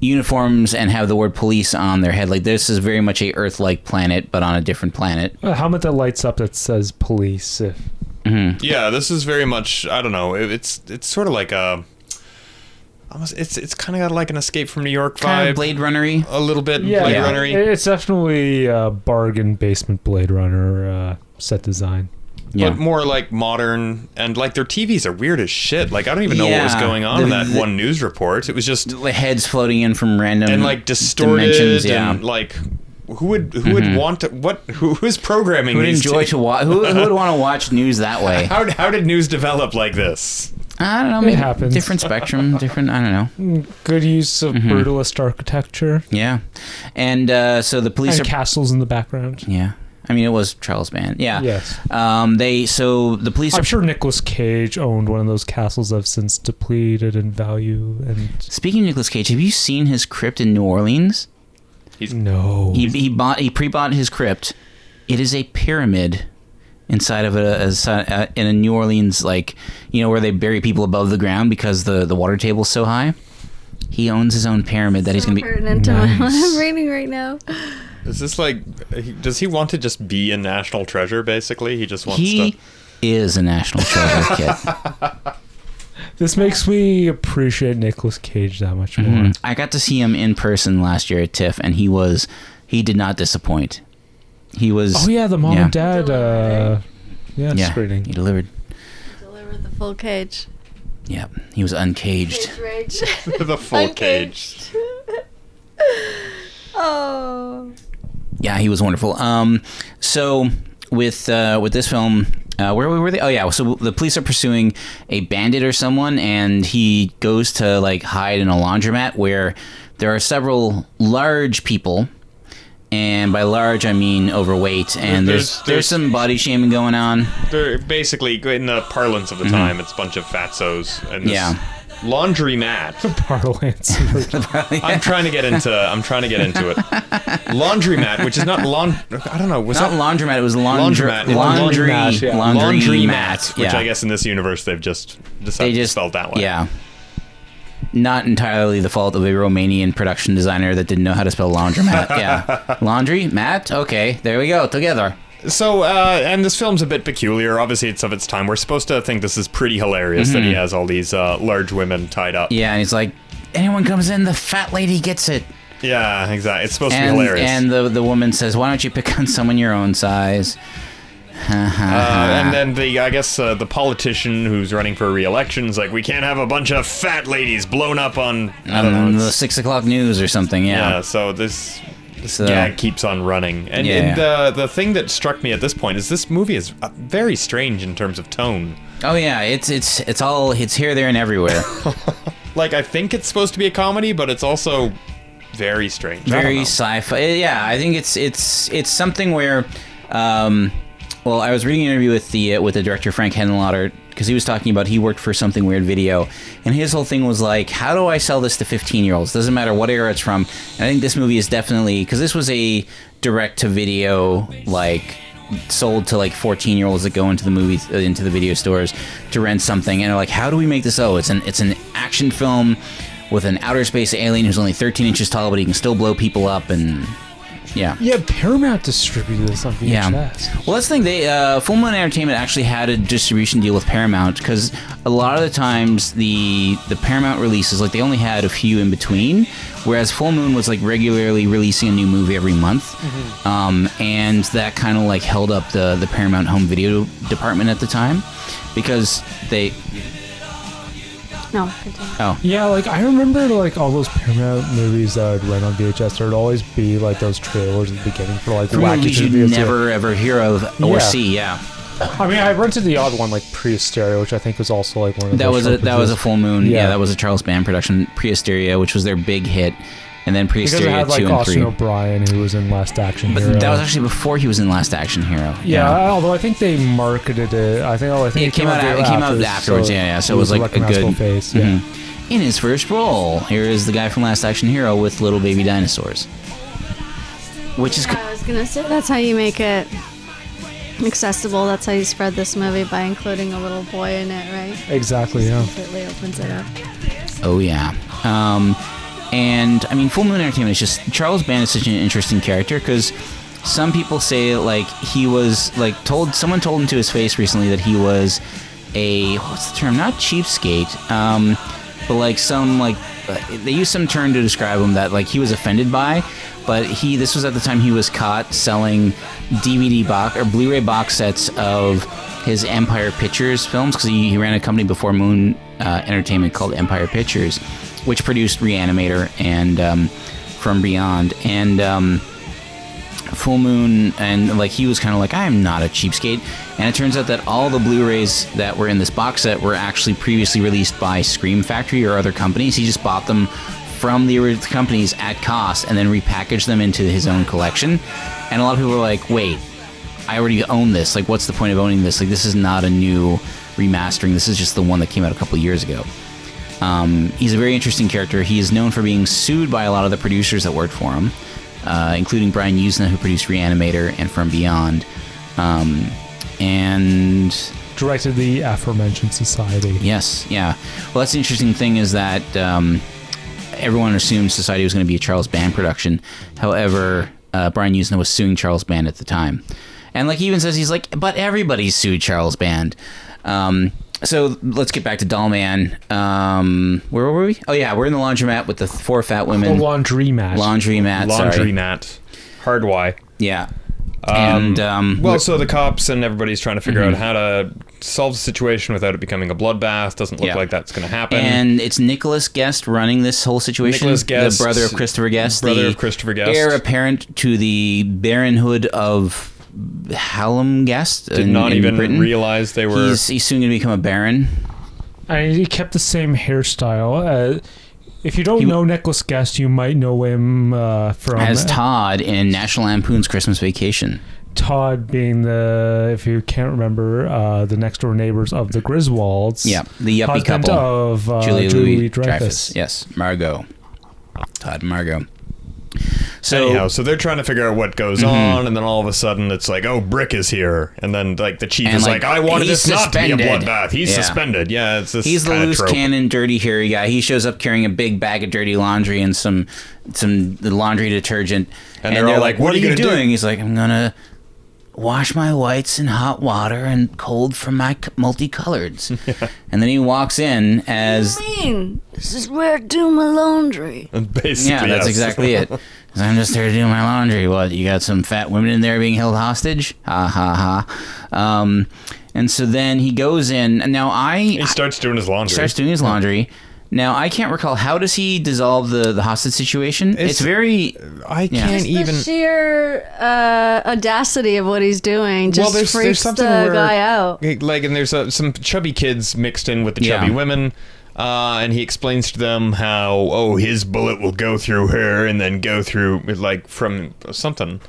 uniforms and have the word police on their head. Like this is very much a Earth-like planet, but on a different planet.
A helmet that lights up that says police. If
Yeah, this is very much. I don't know. It, it's it's sort of like a. Almost, it's it's kind of got like an Escape from New York
Kind of
vibe.
Blade Runnery.
a little bit
yeah,
Blade
Yeah.
Runner-y.
it's definitely a bargain basement Blade Runner uh, set design.
Yeah.
but more like modern and like their TVs are weird as shit. Like I don't even know what was
Yeah.
going on
The-
in that
the-
one news report. It was just
Heads floating in from random
and like distorted
Mm-hmm. dimensions. Yeah. Mm-hmm.
and like who would who would want to, what who who's programming
Who would
these
enjoy
two-
to watch? Who, who would want to watch news that way?
How how did news develop like this?
I don't know. Maybe
happens.
Different spectrum, different. I don't know.
Good use of
Mm-hmm.
brutalist architecture
Yeah, and uh, so the police
and
are.
castles in the background.
yeah, I mean it was Charles Band. Yeah.
Yes.
Um. They so the police.
I'm
are,
sure Nicolas Cage owned one of those castles I've since depleted in value and
Speaking of Nicolas Cage, have you seen his crypt in New Orleans?
no.
He he bought he pre-bought his crypt. It is a pyramid inside of a, a- a in a New Orleans like you know where they bury people above the ground because the the water table's so high. He owns his own pyramid that he's gonna be.
pertinent to what I'm reading right now.
Is this like does he want to just be a national treasure? Basically, he just wants
He
to.
is a national treasure kid.
This makes me appreciate Nicolas Cage that much more.
Hmm. I got to see him in person last year at TIFF, and he was he did not disappoint. He was
Oh yeah, the mom
Yeah.
and dad uh yeah,
yeah he
screening.
delivered.
Deliver the full cage.
Yeah, he was uncaged.
Cage rage.
The full cage.
oh.
Yeah, he was wonderful. Um, so with uh, with this film, uh, where were they? Oh yeah, so the police are pursuing a bandit or someone, and he goes to like hide in a laundromat where there are several large people. And by large, I mean overweight, and there's,
There's-
there's
there's-
some body shaming going on.
They're basically in the parlance of the time, it's a bunch of fatsos and this
Mm-hmm. Yeah.
laundry mat.
Parlance.
I'm trying to get into. I'm trying to get into it. Laundromat, which is not lawn. I don't know. Was
Not
that
laundromat. It was laundry.
laundromat?
Laundry. Laundry,
Laundromat, yeah.
laundry
mat,
mat.
which
yeah.
I guess in this universe they've just
they
decided
just
to spell it that way.
Yeah. Not entirely the fault of a Romanian production designer that didn't know how to spell laundromat. yeah. Laundry mat. Okay. There we go. Together.
So, uh, and this film's a bit peculiar. Obviously, it's of its time. We're supposed to think this is pretty hilarious that he has all these uh, large women tied up.
Mm-hmm. Yeah. And he's like, anyone comes in, the fat lady gets it.
Yeah, exactly. It's supposed
And
to be hilarious.
and the the woman says, why don't you pick on someone your own size?
Uh, and then the I guess uh, the politician who's running for re-election is like, we can't have a bunch of fat ladies blown up on I don't know.
Um, the
it's-
six o'clock news or something.
yeah,
Yeah.
so this this
So-
gag keeps on running, and,
Yeah.
and the the thing that struck me at this point is this movie is uh, very strange in terms of tone.
Oh yeah. It's it's it's all it's here, there, and everywhere.
Like I think it's supposed to be a comedy, but it's also very strange. I don't
very
know.
sci-fi. Yeah, I think it's it's it's something where, um, well, I was reading an interview with the uh, with the director Frank Henlotter because he was talking about he worked for something weird video, and his whole thing was like, how do I sell this to 15 year olds? Doesn't matter what era it's from. And I think this movie is definitely because this was a direct to video like sold to like 14 year olds that go into the movies uh, into the video stores to rent something and are like how do we make this oh it's an it's an action film with an outer space alien who's only 13 inches tall but he can still blow people up and yeah
yeah, Paramount distributed this on VHS.
yeah. Well, that's the thing. They uh, Full Moon Entertainment actually had a distribution deal with Paramount because a lot of the times the the Paramount releases like they only had a few in between, whereas Full Moon was like regularly releasing a new movie every month,
Mm-hmm.
um, and that kind of like held up the the Paramount home video department at the time because they
No. continue.
oh
Yeah, like I remember like all those Paramount movies that I'd rent on VHS. There'd always be like those trailers at the beginning for like the wacky
movies you
videos.
never ever hear of or
Yeah.
see yeah.
I mean, I rented the odd one like Prius Stereo, which I think was also like one of
That
those
was a that
short
was a
videos.
full moon. Yeah,
Yeah.
that was a Charles Band production, Prehysteria, which was their big hit, and then
because it
Prehysteria
had like
two and
Austin
three.
O'Brien who was in Last Action
But
Hero.
that was actually before he was in Last Action Hero.
yeah, although I think they marketed it. I think oh, I think
It came out
a
a-
day
it came out
after,
afterwards, yeah, yeah, so it was, like, a
recognizable
good-
face.
Mhm.
Yeah.
In his first role, here is the guy from Last Action Hero with Little Baby Dinosaurs, which is.
I was gonna say that's how you make it accessible. That's how you spread this movie by including a little boy in it, right?
Exactly. Yeah.
Completely opens it up.
Oh yeah. Um, and I mean, Full Moon Entertainment is just Charles Band is such an interesting character because some people say like he was like told someone told him to his face recently that he was a what's the term? Not cheapskate, um, but like some like uh, they use some term to describe him that like he was offended by. But he this was at the time he was caught selling DVD box or Blu-ray box sets of his Empire Pictures films because he, he ran a company before Moon uh, Entertainment called Empire Pictures, which produced Reanimator and um, From Beyond. And um, Full Moon, and like he was kind of like, I am not a cheapskate. And it turns out that all the Blu-rays that were in this box set were actually previously released by Scream Factory or other companies. He just bought them from the original companies at cost and then repackaged them into his own collection. And a lot of people were like, wait, I already own this. Like, what's the point of owning this? Like, this is not a new remastering. This is just the one that came out a couple years ago. Um, he's a very interesting character. He is known for being sued by a lot of the producers that worked for him, uh, including Brian Usna, who produced Reanimator and From Beyond. Um, and
Directed the aforementioned society.
Yes, yeah. Well, that's the interesting thing is that um, everyone assumed Society was going to be a Charles Band production. However, uh, Brian Usna was suing Charles Band at the time, and like he even says he's like, but everybody sued Charles Band. Um, so let's get back to Dollman. Um, where were we? Oh yeah, we're in the laundromat with the four fat
The
women.
laundry mat.
laundromat.
Laundry
Sorry.
mat. Hard Y.
Yeah. and um,
Well, so the cops and everybody's trying to figure
Mm-hmm.
out how to solve the situation without it becoming a bloodbath. Doesn't look
Yeah.
like that's going to happen.
And it's Nicholas Guest running this whole situation.
Nicholas Guest,
the brother of Christopher Guest,
brother
the
of Christopher Guest.
heir apparent to the baronhood of Hallam Guest.
did
in,
not
in
even
Britain.
realize they were.
He's, he's soon going to become a baron.
And he kept the same hairstyle. Uh, if you don't
He-
know Nicholas Guest, you might know him uh,
Oh,
from
As Todd in National Lampoon's Christmas Vacation.
Todd being the, if you can't remember, uh, the next door neighbors of the Griswolds.
Yeah, the yuppie
husband
couple.
of uh,
Julia
Julie,
Louis
Dreyfus.
Dreyfus. Yes, Margot. Todd and Margot. So Mm-hmm.
Anyhow, so they're trying to figure out what goes on, and then all of a sudden it's like, oh, Brick is here, and then like the chief
And,
is
like,
like, I wanted
he's
this not to be a
suspended.
bloodbath. He's
Yeah.
suspended. Yeah, it's this
He's the
kind of
loose
trope.
cannon, dirty, hairy guy. He shows up carrying a big bag of dirty laundry and some some laundry detergent.
And they're all like, "What are you gonna do?"
doing?" He's like, "I'm gonna wash my whites in hot water and cold from my c- multicoloreds." and then he walks in as
mean? This is where I do my laundry.
Basically,
yeah, that's
yes.
exactly it. 'Cause I'm just there to do my laundry. What you got? Some fat women in there being held hostage? Ha ha ha. Um, and so then he goes in. And now I
He starts doing his laundry.
starts doing his laundry. Now I can't recall how does he dissolve the the hostage situation. It's,
It's-
very
I
Yeah.
can't
Just
even.
the sheer uh, audacity of what he's doing just freaks the guy out.
like, and there's uh some chubby kids mixed in with the chubby
Yeah.
women, uh, and he explains to them how oh his bullet will go through her and then go through like from something.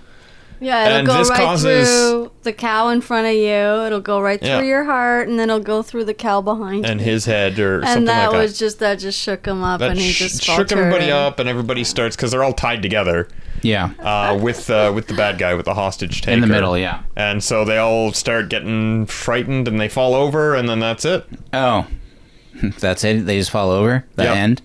Yeah, it'll
And
go
this
right
causes-
through the cow in front of you. It'll go right
Yeah.
through your heart, and then it'll go through the cow behind
and
you.
his head or something
and that
like
was
that.
just that just shook him up,
That
and he
sh-
just
shook
faltered
everybody
and-
up, and everybody starts because they're all tied together
yeah.
uh, with uh, with the bad guy with the hostage taker
In the middle, yeah.
And so they all start getting frightened, and they fall over, and then that's it.
Oh, that's it. They just fall over the
Yeah.
end.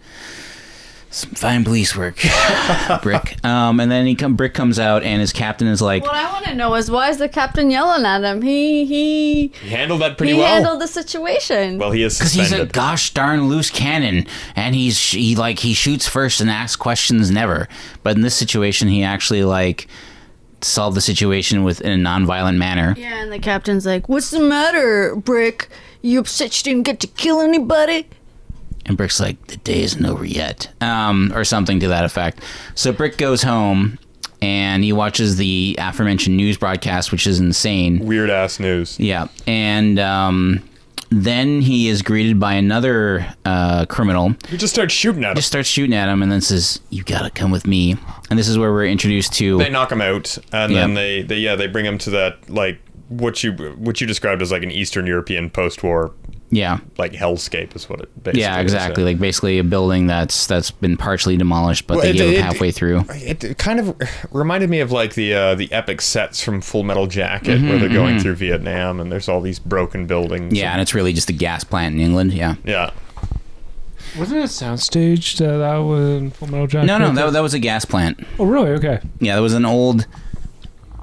Some fine police work, Brick. Um, and then he come Brick comes out and his captain is like,
What I want to know is why is the captain yelling at him? He he
He handled that pretty
he
well.
handled the situation.
well, he is
because he's a
suspended.
gosh darn loose cannon, and he's he like he shoots first and asks questions never. But in this situation, he actually like solved the situation with in a nonviolent manner.
yeah, and the captain's like, "What's the matter, Brick? You upset you didn't get to kill anybody?"
And Brick's like, the day isn't over yet, um, or something to that effect. So Brick goes home and he watches the aforementioned news broadcast, which is insane.
Weird ass news.
Yeah. And um, then he is greeted by another uh, criminal
He just starts shooting at him.
just starts shooting at him and then says, You gotta come with me. And this is where we're introduced to.
they knock him out, and
Yeah.
then they, they yeah they bring him to that like what you what you described as like an Eastern European post-war
yeah.
like hellscape is what it basically
Yeah,
is,
exactly. Like basically a building that's that's been partially demolished, but
Well,
they
it-
gave
it-
up halfway through.
it it kind of reminded me of like the uh, the epic sets from Full Metal Jacket where they're going through Vietnam and there's all these broken buildings.
Mm-hmm, Yeah, and it's really just a gas plant in England. Yeah.
yeah.
Wasn't it soundstaged? Uh, that was in Full Metal Jacket.
No, no, that, that was a gas plant.
oh, really? Okay.
Yeah, that was an old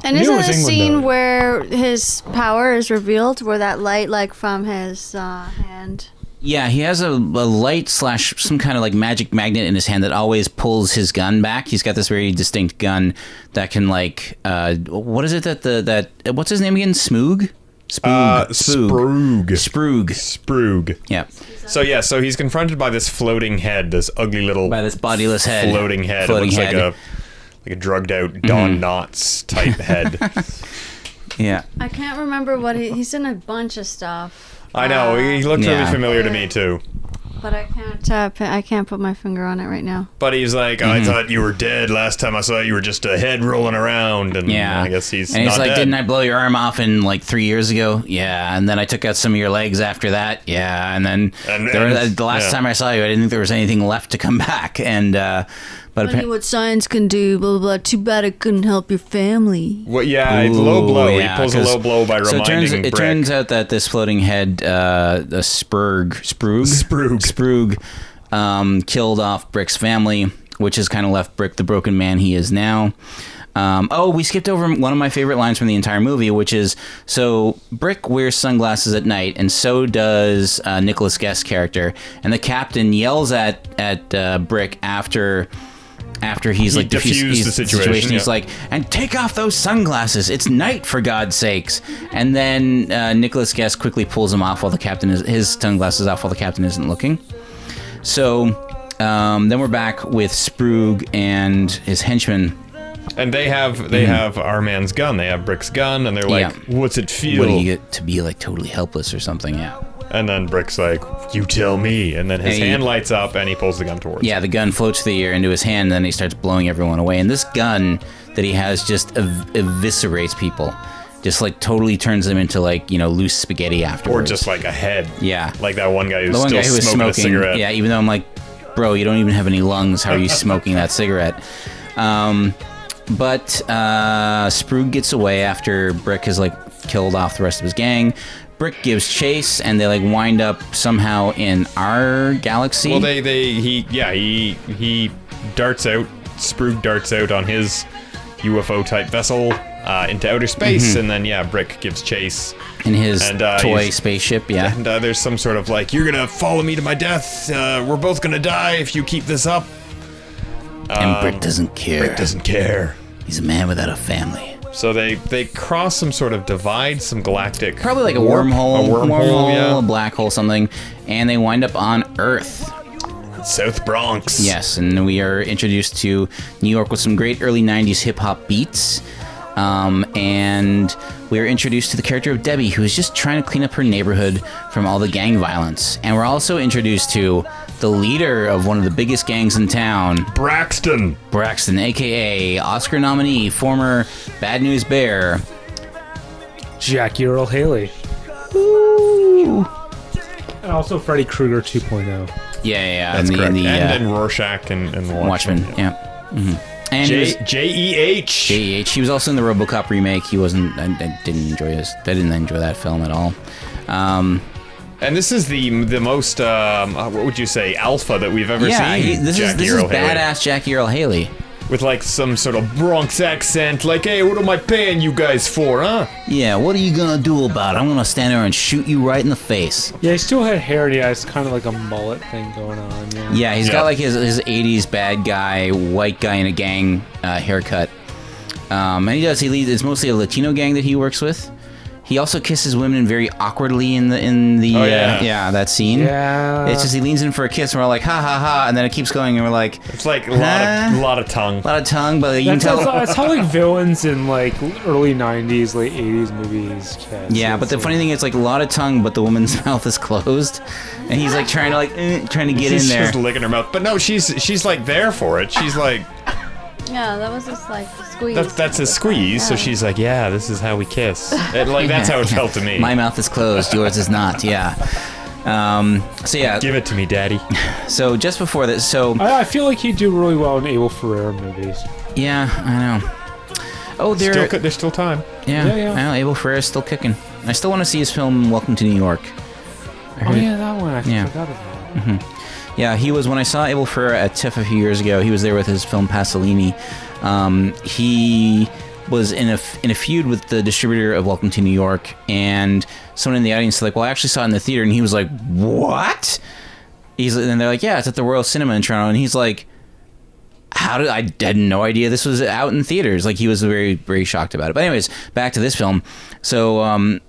And
Neil
isn't the
was England,
scene
though.
where his power is revealed, where that light, like from his uh, hand,
Yeah, he has a, a light slash some kind of like magic magnet in his hand that always pulls his gun back. He's got this very distinct gun that can like uh, what is it that the that what's his name again? Smoog. Spoog.
Uh,
Spoog.
Sprug.
Sproog.
Sprug.
Yeah.
So yeah, so he's confronted by this floating head, this ugly little
By this bodiless head.
floating head.
Floating
it looks
head. Mm-hmm.
like a like a drugged out Don Knotts type head.
Yeah.
I can't remember what he, he's in a bunch of stuff. Uh,
I know he looked
Yeah.
really familiar to me too.
but I can't. Uh, pi- I can't put my finger on it right now.
But he's like,
Mm-hmm.
I thought you were dead last time I saw you. You were just a head rolling around, and
Yeah.
I guess he's
And
not
he's like,
dead.
didn't I blow your arm off in like three years ago? Yeah. And then I took out some of your legs after that. Yeah. And then
And-
there was- uh,
and-
the last
yeah.
time I saw you, I didn't think there was anything left to come back. And uh, but
Funny
appa-
what science can do. Blah blah. blah. Too bad it couldn't help your family.
Well, yeah, it's low
Ooh,
blow.
yeah,
he pulls a
'cause-
low blow by
so
reminding
it turns, it
Brick.
turns out that this floating head, uh, the Spurg, Sprug,
Sprug.
Sprug, um, killed off Brick's family, which has kind of left Brick the broken man he is now. Um, oh, we skipped over one of my favorite lines from the entire movie, which is so Brick wears sunglasses at night, and so does uh, Nicholas Guest's character. And the captain yells at at uh, Brick after after he's
He
like diffused-
diffused
he's-
the situation,
He's
yeah.
like, and take off those sunglasses. It's night, for God's sakes. And then uh, Nicholas Guest quickly pulls him off while the captain is his sunglasses off while the captain isn't looking. So um, then we're back with Sprug and his henchman.
and they have they have our man's gun. They have Brick's gun, and they're like,
Hmm. Yeah.
"What's it feel?"
What do you get to be like totally helpless or something? Yeah.
And then Brick's like, "You tell me." And then his
And he-
hand lights up, and he pulls the gun towards.
Yeah, the gun floats through the air into his hand, and then he starts blowing everyone away. And this gun that he has just ev- eviscerates people, just like totally turns them into like you know loose spaghetti
or
afterwards.
just like a head.
Yeah.
like that one guy who's
the one
still
guy who was
smoking,
smoking,
a cigarette.
yeah even though i'm like bro you don't even have any lungs how are you smoking that cigarette um, but uh, sprug gets away after brick has like killed off the rest of his gang brick gives chase and they like wind up somehow in our galaxy
Well, they they he yeah he he darts out. Sprug darts out on his UFO type vessel uh, into outer space,
Mm-hmm.
and then yeah, Brick gives chase.
in his
and, uh,
toy
he's-
spaceship yeah
And uh, there's some sort of like, you're gonna follow me to my death. Uh, we're both gonna die if you keep this up.
and brick doesn't care
Um, Brick doesn't care.
he's a man without a family
So they they cross some sort of divide, some galactic.
probably like a
warp-
wormhole
A wormhole,
a black hole something and they wind up on earth
yeah. South Bronx.
Yes, and we are introduced to New York with some great early 90s hip hop beats. Um, and we are introduced to the character of Debbie, who is just trying to clean up her neighborhood from all the gang violence. And we're also introduced to the leader of one of the biggest gangs in town,
Braxton.
Braxton, aka Oscar nominee, former Bad News Bear.
Jackie Earl Haley. And also Freddy Krueger oh. 2.0.
Yeah, yeah, yeah.
That's
and the,
correct.
and the
and
uh,
then Rorschach and, and
Watchmen.
Watchmen.
Yeah. hmm And he was-
J J E H.
JH. He was also in the RoboCop remake. He wasn't. I, I didn't enjoy this. I didn't enjoy that film at all. Um,
And this is the the most um, uh, what would you say alpha that we've ever
yeah,
seen.
he- this is
Jackie
this is
Earle Haley.
badass Jackie Earl Haley.
with like some sort of Bronx accent. Like, hey, what am I paying you guys for, huh?
Yeah, what are you gonna do about it? I'm gonna stand there and shoot you right in the face.
Yeah, he still had hair and he has kind of like a mullet thing going on. Yeah.
Yeah, he's
Yeah.
got like his, his 80s bad guy, white guy in a gang uh, haircut. Um, and he does. He leads. It's mostly a Latino gang that he works with. He also kisses women very awkwardly in the in the
Oh,
uh,
yeah.
yeah that scene.
Yeah.
It's just he leans in for a kiss, and we're all like ha ha ha, and then it keeps going, and we're like
It's like a lot of
Huh?
lot of tongue.
a lot of tongue, but you can
That's how,
tell.
that's how like villains in like early '90s, late '80s movies. Kiss.
Yeah, but the funny thing is, like, a lot of tongue, but the woman's mouth is closed, and he's like trying to like eh, trying to get
she's
in there.
just licking her mouth, but no, she's she's like there for it. She's like
Yeah, that was just like squeeze.
that's that's a squeeze. So she's like, yeah, this is how we kiss. And, like that's how it felt to me.
My mouth is closed, yours is not. Yeah. Um. So yeah.
Give it to me, daddy.
So just before this, so
I, I feel like he'd do really well in Abel Ferrara movies.
yeah, I know. Oh, there.
Still, co- there's still time.
yeah,
yeah, yeah.
I know. Abel Ferrara's still kicking. I still want to see his film Welcome to New York. I
Oh
heard it-
yeah, that one. I
Yeah.
forgot about.
Yeah, he was when I saw Abel Ferrara at TIFF a few years ago. He was there with his film Pasolini. Um, he was in a f- in a feud with the distributor of Welcome to New York, and someone in the audience was like, "Well, I actually saw it in the theater," and he was like, "What?" He's and they're like, "Yeah, it's at the Royal Cinema in Toronto," and he's like. How did I had no idea this was out in theaters? Like he was very very shocked about it. But anyways, back to this film. So um,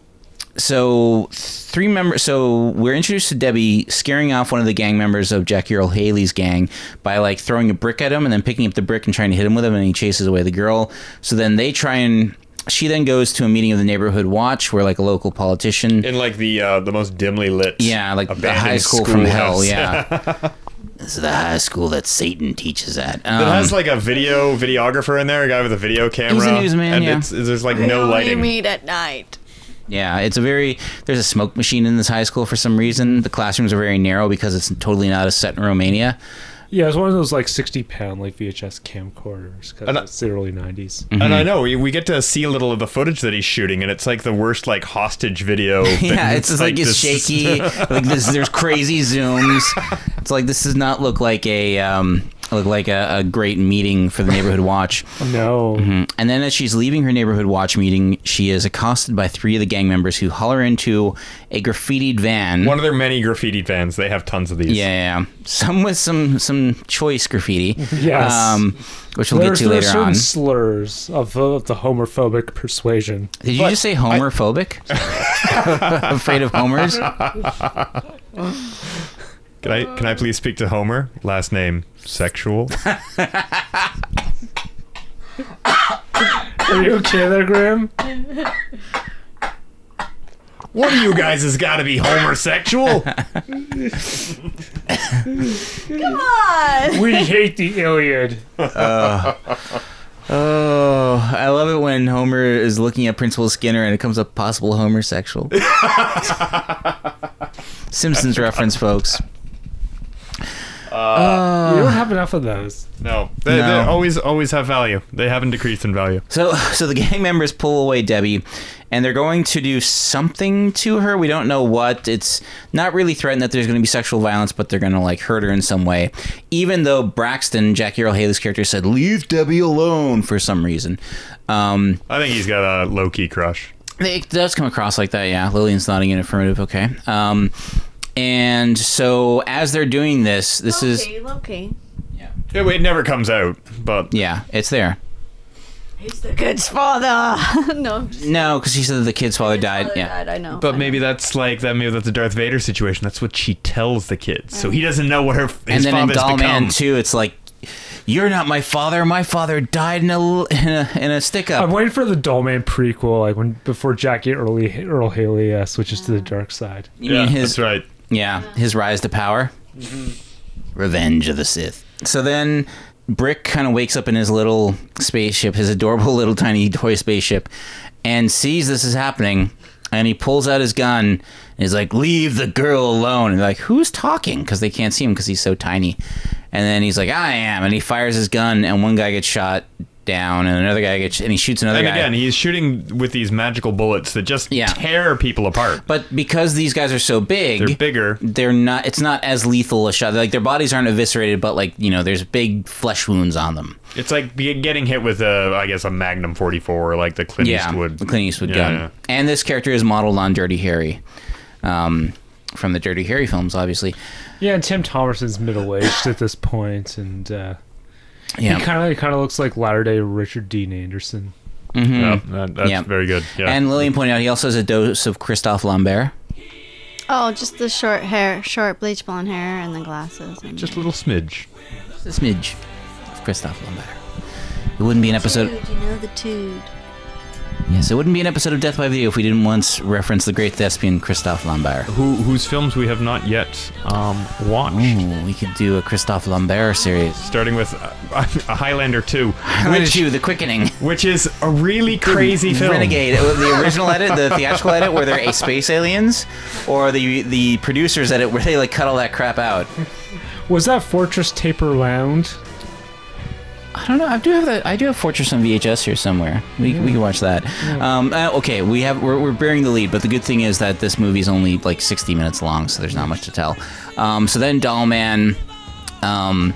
so three members. So we're introduced to Debbie scaring off one of the gang members of Jackie Earl Haley's gang by like throwing a brick at him and then picking up the brick and trying to hit him with him, and he chases away the girl. So then they try and. She then goes to a meeting of the neighborhood watch where like a local politician
in like the uh, the most dimly lit.
yeah, like the
abandoned
high school from hell.
schoolhouse.
Yeah, this is the high school that Satan teaches at. Um,
It has like a video videographer in there, a guy with a video camera.
newsman,
and
yeah.
it's, there's like no lighting.
meet at night.
yeah, it's a very there's a smoke machine in this high school for some reason. The classrooms are very narrow because it's totally not a set in Romania.
Yeah, it's one of those like 60 pound like VHS camcorders because
And I-
it's the early 90s.
Mm.
And
Mm-hmm.
I know we, we get to see a little of the footage that he's shooting, and it's like the worst like hostage video.
Yeah,
that-
it's, just, like, it's
this-
shaky. like this, there's crazy zooms. It's like this does not look like a um, look like a, a great meeting for the neighborhood watch.
No.
And then as she's leaving her neighborhood watch meeting, she is accosted by three of the gang members who haul her into a graffitied van.
One of their many graffiti vans. They have tons of these.
yeah, yeah, yeah. some with some some choice graffiti.
Yes.
um, which we'll
There's,
get to
there's
later
certain
on.
slurs of, of the homophobic persuasion.
Did you just say homophobic? Afraid of homers?
Can I can I please speak to Homer? Last name sexual.
Are you okay there, Graham?
One of you guys has got to be homosexual.
Come on.
We hate the Iliad.
Oh, I love it when Homer is looking at Principal Skinner and it comes up possible homosexual. Simpsons reference, folks.
we don't have enough of those.
No, they, they
No.
always always have value. They haven't decreased in value.
So, so the gang members pull away Debbie, and they're going to do something to her. We don't know what. It's not really threatened that there's going to be sexual violence, but they're going to like hurt her in some way. Even though Braxton, Jackie Earl Haley's character, said leave Debbie alone for some reason. Um,
I think he's got a low key crush.
It does come across like that, yeah. Lillian's nodding in affirmative, okay. Um, and so as they're doing this, this is
Loki.
It, it never comes out, but
yeah, it's there.
He's the good father. no, I'm just
No, because he said that the kid's father died.
father
yeah,
died, I know.
but
I
maybe that's like that. Maybe that's a Darth Vader situation. That's what she tells the kids, so he doesn't know what her
Mm. and
his
then in
father's
Doll Man
become.
Two, it's like you're not my father. My father died in a l- in a, in a stick up.
I'm waiting for the Dollman prequel, like when before Jackie Early, Earl Haley uh, switches to the dark side.
You
yeah,
mean his
that's right.
Yeah, his rise to power. Revenge of the Sith. So then Brick kind of wakes up in his little spaceship, his adorable little tiny toy spaceship, and sees this is happening. And he pulls out his gun and he's like, Leave the girl alone. And they're like, Who's talking? Because they can't see him because he's so tiny. And then he's like, I am. And he fires his gun, and one guy gets shot down, and another guy gets, and he shoots another
And
guy.
again, he's shooting with these magical bullets that just
Yeah.
tear people apart.
but because these guys are so big,
They're bigger.
they're not it's not as lethal a shot like their bodies aren't eviscerated but like you know there's big flesh wounds on them
It's like be- getting hit with a, I guess, a Magnum 44, like the Clint
yeah
Eastwood.
the clint eastwood
Yeah,
gun
yeah.
and this character is modeled on dirty harry um, from the dirty harry films obviously
Yeah, and Tim Thomerson's middle aged at this point, and uh,
yeah
he kind of he kind of looks like latter day Richard Dean Anderson.
Yeah, that- that's
Mm-hmm. Yeah.
very good. Yeah.
and lillian pointed out he also has a dose of christophe lambert
Oh, just the short hair, short bleach blonde hair, and the glasses. And
just a little smidge.
Just a smidge of christophe lambert it wouldn't be an episode
Dude, you know the dude.
yes it wouldn't be an episode of death by video if we didn't once reference the great thespian christophe lambert
Who, whose films we have not yet um, watched.
Ooh, we could do a christophe lambert series
Starting with uh, a Highlander 2,
which
which,
you the quickening
which is a really crazy film.
Renegade, uh, the original edit, the theatrical edit, where they're a space aliens, or the the producers edit where they like cut all that crap out.
Was that Fortress Taper Lounge?
I don't know. I do have that. I do have Fortress on VHS here somewhere. We, we can watch that. Um, uh, okay, we have we're, we're bearing the lead, but the good thing is that this movie's only like 60 minutes long, so there's not much to tell. Um, so then Dollman. Um,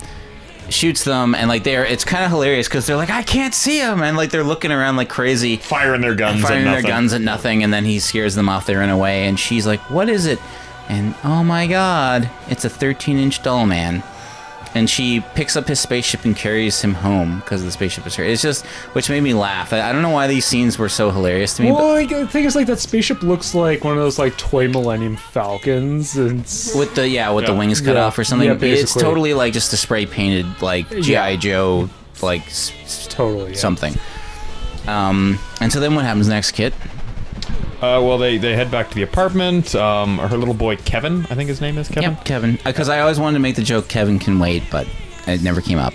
shoots them and like they're it's kind of hilarious because they're like i can't see him and like they're looking around like crazy
Firing their guns at
firing their
nothing.
guns at nothing, and then he scares them off. They run away, and she's like, "What is it?" And oh my god, it's a 13-inch doll man. and she picks up his spaceship and carries him home because the spaceship is her. It's just which made me laugh. I, I don't know why these scenes were so hilarious to me.
Well, like, the thing is, like that spaceship looks like one of those like toy Millennium Falcons, and s-
but with the yeah, with the
Yeah.
wings cut
Yeah.
off or something,
Yeah,
it's
basically.
totally like just a spray painted like GI
Yeah.
Joe like s- s-
totally yeah.
something. Um, and so then what happens next, Kit?
Uh, well, they, they head back to the apartment. Um, her little boy Kevin, I think his name is Kevin.
Yep, Kevin. Because I always wanted to make the joke Kevin can wait, but it never came up.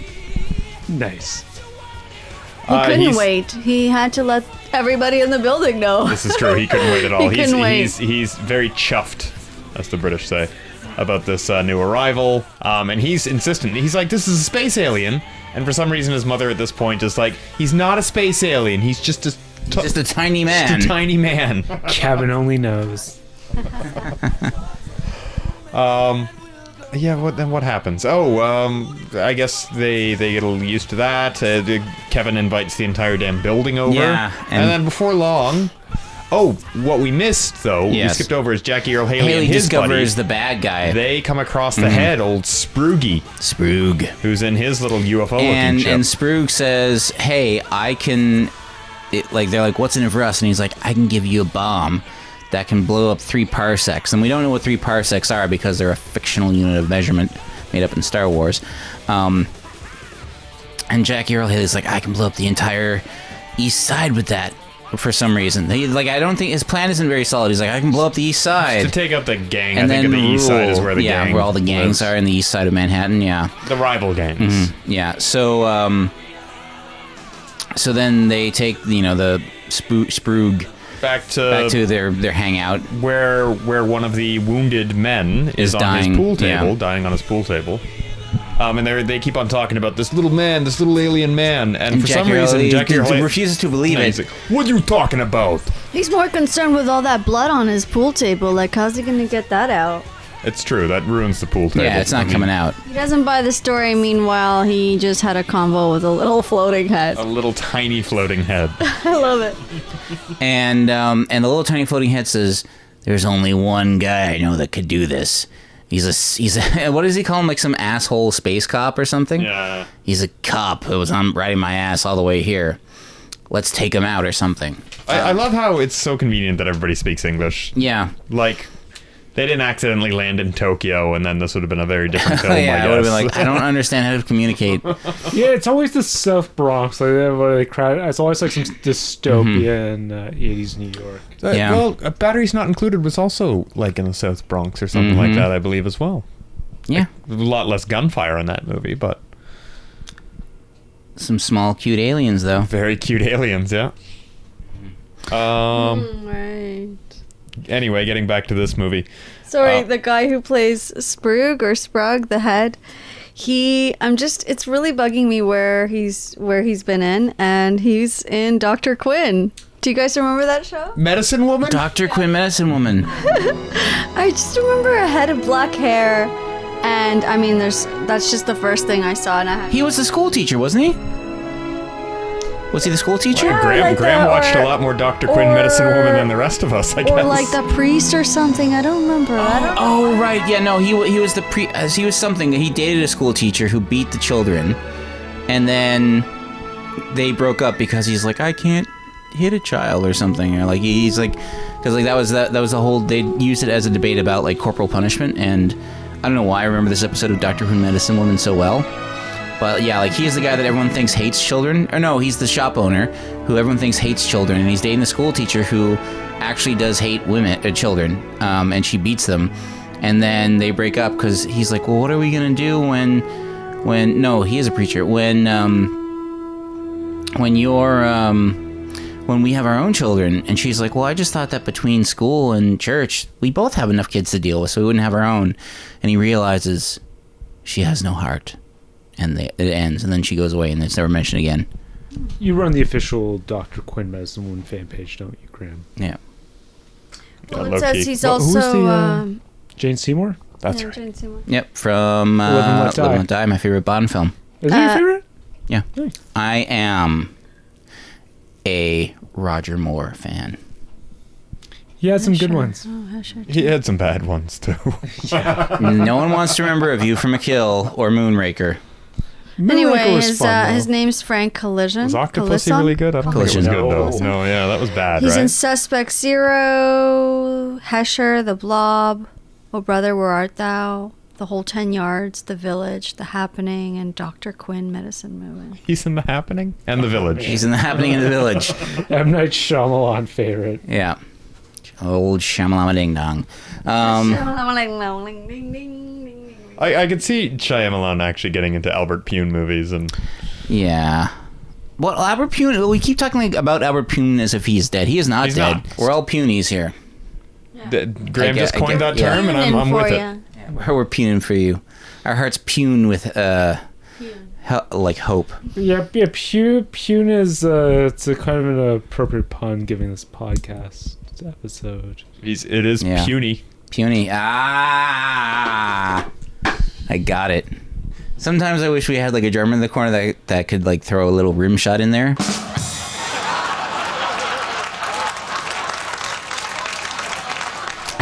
Nice.
He
Uh,
couldn't
he's-
wait. He had to let everybody in the building know.
This is true. He couldn't wait at all.
He
he's,
couldn't wait.
he's he's very chuffed, as the British say, about this uh, new arrival. Um, and he's insistent. He's like, "This is a space alien." And for some reason, his mother at this point is like, "He's not a space alien. He's just a t-
Just a tiny man.
just a tiny man."
Kevin only knows.
yeah. What then? What happens? Oh, um, I guess they they get a little used to that. Uh, the- Kevin invites the entire damn building over.
Yeah,
And,
and-
then before long. Oh, what we missed though,
Yes.
we skipped over is Jackie Earl Haley,
Haley
and his
discovers
buddy.
the bad guy,
they come across
Mm-hmm.
the head, old Sproogie,
Sprug.
who's in his little UFO
and
looking
and
ship.
Sprug says, "Hey, I can." It, like they're like, "What's in it for us?" And he's like, "I can give you a bomb that can blow up three parsecs." And we don't know what three parsecs are because they're a fictional unit of measurement made up in Star Wars. Um, and Jackie Earl Haley's like, "I can blow up the entire East Side with that." For some reason, they like. I don't think his plan isn't very solid. He's like, "I can blow up the East Side."
to take out the gang, I think of the east side is
rule-
where the
yeah,
gang
where all the gangs Mm-hmm.
lives.
are in the east side of Manhattan. Yeah,
The rival gangs.
yeah. So, um, so then they take you know the spoo- Sprug
Back to,
back to their their hangout.
where where one of the wounded men is,
Is
on
dying,
his pool
yeah.
table, dying on his pool table. Um, and they they keep on talking about this little man, this little alien man, and, for some reason, Jackie Earl Haley
refuses to believe
and
it.
he's like, What are you talking about?
He's more concerned with all that blood on his pool table. Like, how's he gonna get that out?
It's true that ruins the pool table.
yeah, it's
I
not
mean,
coming out.
He doesn't buy the story. Meanwhile, he just had a convo with a little floating head.
A little tiny floating head.
I love it.
And um, and the little tiny floating head says, "There's only one guy I know that could do this." He's a s- he's a, what does he call him like some asshole space cop or something?
yeah.
He's a cop who was on riding my ass all the way here. Let's take him out or something.
I, I love how it's so convenient that everybody speaks English.
Yeah.
Like, they didn't accidentally land in Tokyo, and then this would have been a very different film.
Oh, yeah, I
I
would have
guess.
been like, I don't understand how to communicate.
Yeah, it's always the South Bronx. Like that, where they crowd. It's always like some
Mm-hmm.
dystopian uh, '80s New York.
Uh,
Yeah.
Well, uh, batteries not included was also like in the South Bronx or something
Mm-hmm.
like that, I believe, as well.
Yeah,
A lot less gunfire in that movie, but
some small, cute aliens though.
very cute aliens. Yeah. Um.
Right.
Anyway, getting back to this movie,
Sorry,
Uh,
the guy who plays Sprug or Sprug, the head. He, I'm just. It's really bugging me where he's where he's been in, and he's in Doctor Quinn. Do you guys remember that show?
Medicine Woman.
Doctor Quinn, medicine woman.
I just remember a head of black hair, and I mean, there's that's just the first thing I saw, and I have
He was the school teacher, wasn't he? Was he the school teacher?
Yeah.
Graham,
like
Graham
that,
watched
or-
a lot more Doctor Quinn, Medicine Woman than the rest of us, I guess.
or like the priest or something. I don't remember. I don't.
Oh right, yeah, no, he wa- he was the pre as he was something. He dated a school teacher who beat the children, and then they broke up because he's like, I can't hit a child or something, or like he's like, because like that was that that was the whole they used it as a debate about like corporal punishment, and I don't know why I remember this episode of Doctor Who Medicine Woman so well. But yeah, like he's the guy that everyone thinks hates children. Or no, he's the shop owner who everyone thinks hates children, and he's dating the school teacher who actually does hate women or children, um, and she beats them. And then they break up because he's like, "Well, what are we gonna do when, when no, he is a preacher. When um, when you're um, when we have our own children." And she's like, "Well, I just thought that between school and church, we both have enough kids to deal with, so we wouldn't have our own." And he realizes she has no heart and they, it ends, and then she goes away, and it's never mentioned again.
You run the official Doctor Quinn Medicine Woman fan page, don't you, Graham?
Yeah.
Well,
low
it says
key.
he's
Well, who's
also.
the, uh,
um,
Jane Seymour.
That's
yeah,
right.
Jane Seymour.
Yep. From uh,
Live and Let Die.
Live and Let Die, my favorite Bond film.
Is that
Uh,
your favorite?
Yeah.
Nice.
I am a Roger Moore fan.
He had some good ones.
Oh, how should
He had some bad ones too.
no one wants to remember a view from a kill or Moonraker.
Anyway,
Moonraker was
his,
fun,
uh,
though.
his name's Frank Collision.
was Octopussy
Callison?
really good? I don't think it was
Collision.
good though.
No.
No, yeah, that was bad,
He's
right?
in Suspect Zero, Hesher, The Blob, Oh Brother, Where Art Thou, The Whole Ten Yards, The Village, The Happening, and Dr. Quinn Medicine Woman.
He's in the happening and the village.
He's in the happening in the village.
M. Night Shyamalan favorite.
Yeah. Old Shamalama Ding Dong. Um,
I, I could see Shyamalan actually getting into Albert Pune movies and
yeah. Well, Albert Pune, we keep talking like, about Albert Pune as if he's dead. He is not
He's
dead.
not.
We're all punies here.
th- Graham
get-
just
I
coined
get-
that
yeah.
term, and I'm, I'm with it.
We're, we're puning for you. Our hearts pune with, uh, hel- like hope.
Yeah, yeah. Pew, Pune is uh, it's a kind of an appropriate pun giving this podcast episode.
He's it is
Yeah.
puny.
Puny. Ah, I got it. Sometimes I wish we had like a German in the corner that that could like throw a little rim shot in there.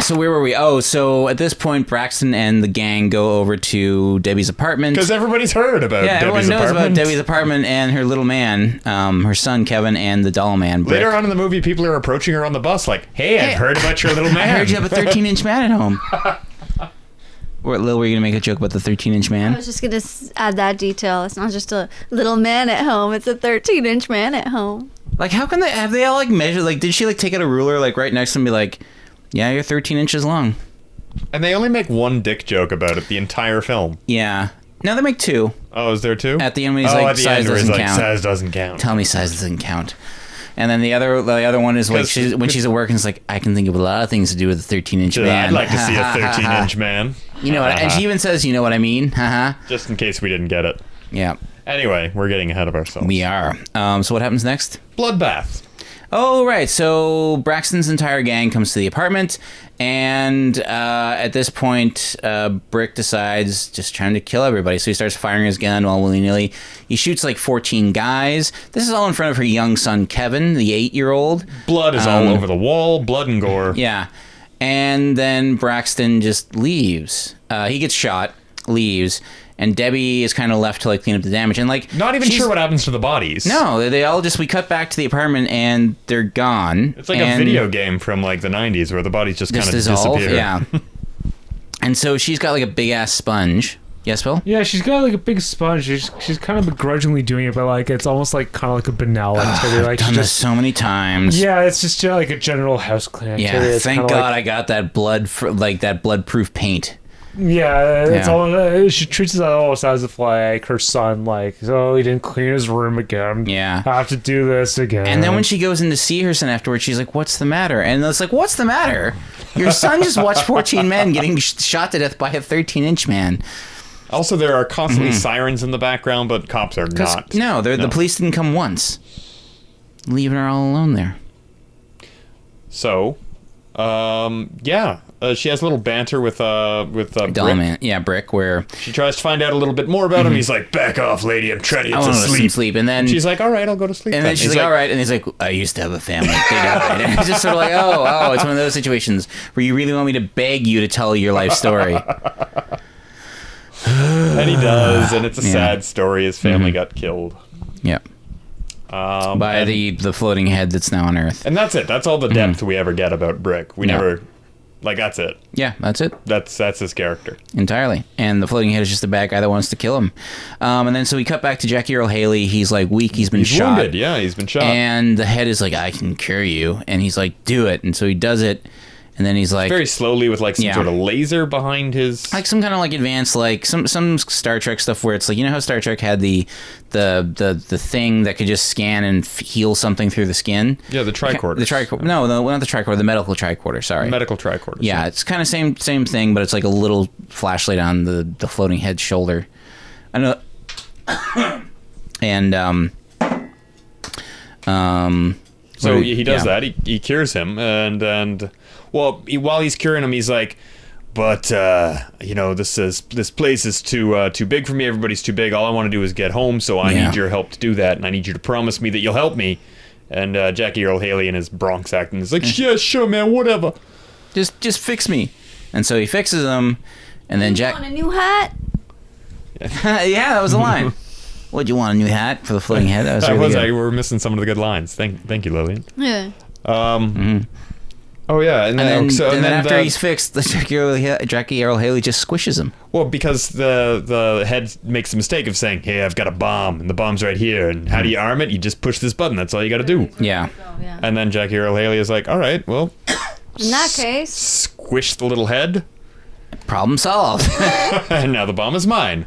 So where were we? Oh, so at this point, Braxton and the gang go over to Debbie's apartment.
Because everybody's heard about
Yeah,
Debbie's
everyone knows
apartment.
about Debbie's apartment and her little man, um, her son Kevin, and the doll man. Brick.
Later on in the movie, people are approaching her on the bus, like, "Hey, I've heard about your little
I
man."
heard you have a 13 inch man at home. What, Lil, were you gonna make a joke about the 13 inch
I
man?
was just going to add that detail. It's not just a little man at home, it's a 13 inch man at home.
Like, how can they have they all like measured? Like, did she like take out a ruler like right next to him and be like, yeah, you're 13 inches long?
and they only make one dick joke about it the entire film.
Yeah. No, they make two.
Oh, is there two?
At the end when he's
oh,
like,
at the
"Size
end where he's
doesn't
like,
count."
size doesn't count.
Tell me size doesn't count. And then the other the other one is like
'Cause-
she's, when she's at work and it's like, I can think of a lot of things to do with a 13 inch man.
I'd like to see a 13 inch man.
You know what? And she even says, you know what I mean? Haha.
Just in case we didn't get it.
yeah,
Anyway, we're getting ahead of ourselves.
we are. Um, so what happens next?
Bloodbath.
Oh right, so Braxton's entire gang comes to the apartment, and uh, at this point, uh, Brick decides just trying to kill everybody. So he starts firing his gun all willy nilly. He shoots like fourteen guys. This is all in front of her young son Kevin, the eight-year-old.
Blood is
Um,
all over the wall. Blood and gore.
Yeah, and then Braxton just leaves. Uh, he gets shot, leaves, and Debbie is kind of left to like clean up the damage. And like,
Not even
she's-
sure what happens to the bodies.
No, they- they all just we cut back to the apartment and they're gone.
It's like
And-
a video game from like the 90s where the bodies just, kind
just
of
dissolve.
disappear.
Yeah. and so she's got like a big ass sponge. Yes, Phil.
Yeah, she's got like a big sponge. She's, she's kind of begrudgingly doing it, but like it's almost like kind of like a banal activity. Like she
Done this
just
so many times.
yeah, it's just uh, like a general house clean activity.
Yeah.
It's
Thank
kinda like-
God I got that blood, fr- like that bloodproof paint.
Yeah, it's
Yeah.
all. Uh, she treats it almost as if like her son, like, oh, he didn't clean his room again.
Yeah.
I have to do this again.
And then when she goes in to see her son afterwards, she's like, "What's the matter?" And it's like, "What's the matter? Your son just watched 14 men getting sh- shot to death by a 13-inch man."
Also, there are constantly sirens in the background, but cops are
Mm-hmm. 'Cause-
not.
No, they're the police didn't come once, leaving her all alone there.
So, um, yeah. Uh, she has a little banter with uh with uh,
Doll
Brick.
man, yeah, brick. Where
She tries to find out a little bit more about him. He's like, "Back off, lady! I'm trying to
Mm-hmm. I
get to
want to
sleep."
sleep, sleep, and then
She's like, "All right, I'll go to sleep."
And then
He's
she's like, "All right," and he's like, "I used to have a family." They died. And it's just sort of like, "Oh, oh," it's one of those situations where you really want me to beg you to tell your life story.
And he does, and it's a
Yeah. Mm-hmm.
sad story. His family got killed.
Yep.
Um,
By
and,
the the floating head that's now on Earth.
and that's it. That's all the depth we ever get about Brick. We
Mm-hmm. Yeah.
never, like, that's it.
Yeah, that's it
That's that's his character.
entirely. And the floating head is just the bad guy that wants to kill him. Um, and then so we cut back to Jackie Earl Haley. He's like weak. He's been
He's
shot.
wounded. Yeah, he's been shot.
And the head is like, "I can cure you," and he's like, "Do it." And so he does it. And then he's like,
Very slowly, with like some
Yeah.
sort of laser behind his.
like some kind of like advanced like some some Star Trek stuff where it's like you know how Star Trek had the the the the thing that could just scan and f- heal something through the skin.
yeah, the tricorder.
The tricorder. No, no, not the tricorder. The medical tricorder. Sorry.
Medical tricorder.
yeah, it's kind of same same thing, but it's like a little flashlight on the the floating head shoulder. I know. and um. Um.
So
what-
he does
yeah.
that. He, he cures him, and and well, he, while he's curing him, he's like, "But uh, you know, this is this place is too uh, too big for me. Everybody's too big. All I want to do is get home. So I
Yeah.
need your help to do that, and I need you to promise me that you'll help me." And uh, Jackie Earl Haley in his Bronx acting is
Eh.
like, yeah, sure, man, whatever.
Just just fix me. And so he fixes him, and then Jack.
Want a new hat?
Uh, yeah, that was the line. Would you want a new hat for the floating head? That was
I
really
was
good.
like, we're missing some of the good lines. Thank, thank you, Lillian.
Yeah.
Oh yeah,
And
and then,
then,
so,
and then after
the-
he's fixed, the Jackie Earl, Ha- Jackie Earl Haley just squishes him.
well, because the the head makes the mistake of saying, "Hey, I've got a bomb, and the bomb's right here, and how do you arm it? You just push this button. That's all you got to do."
Yeah.
Oh, yeah.
And then Jackie Earl Haley is like, "All right, well,
In that case,
squish the little head,
Problem solved.
and now the bomb is mine."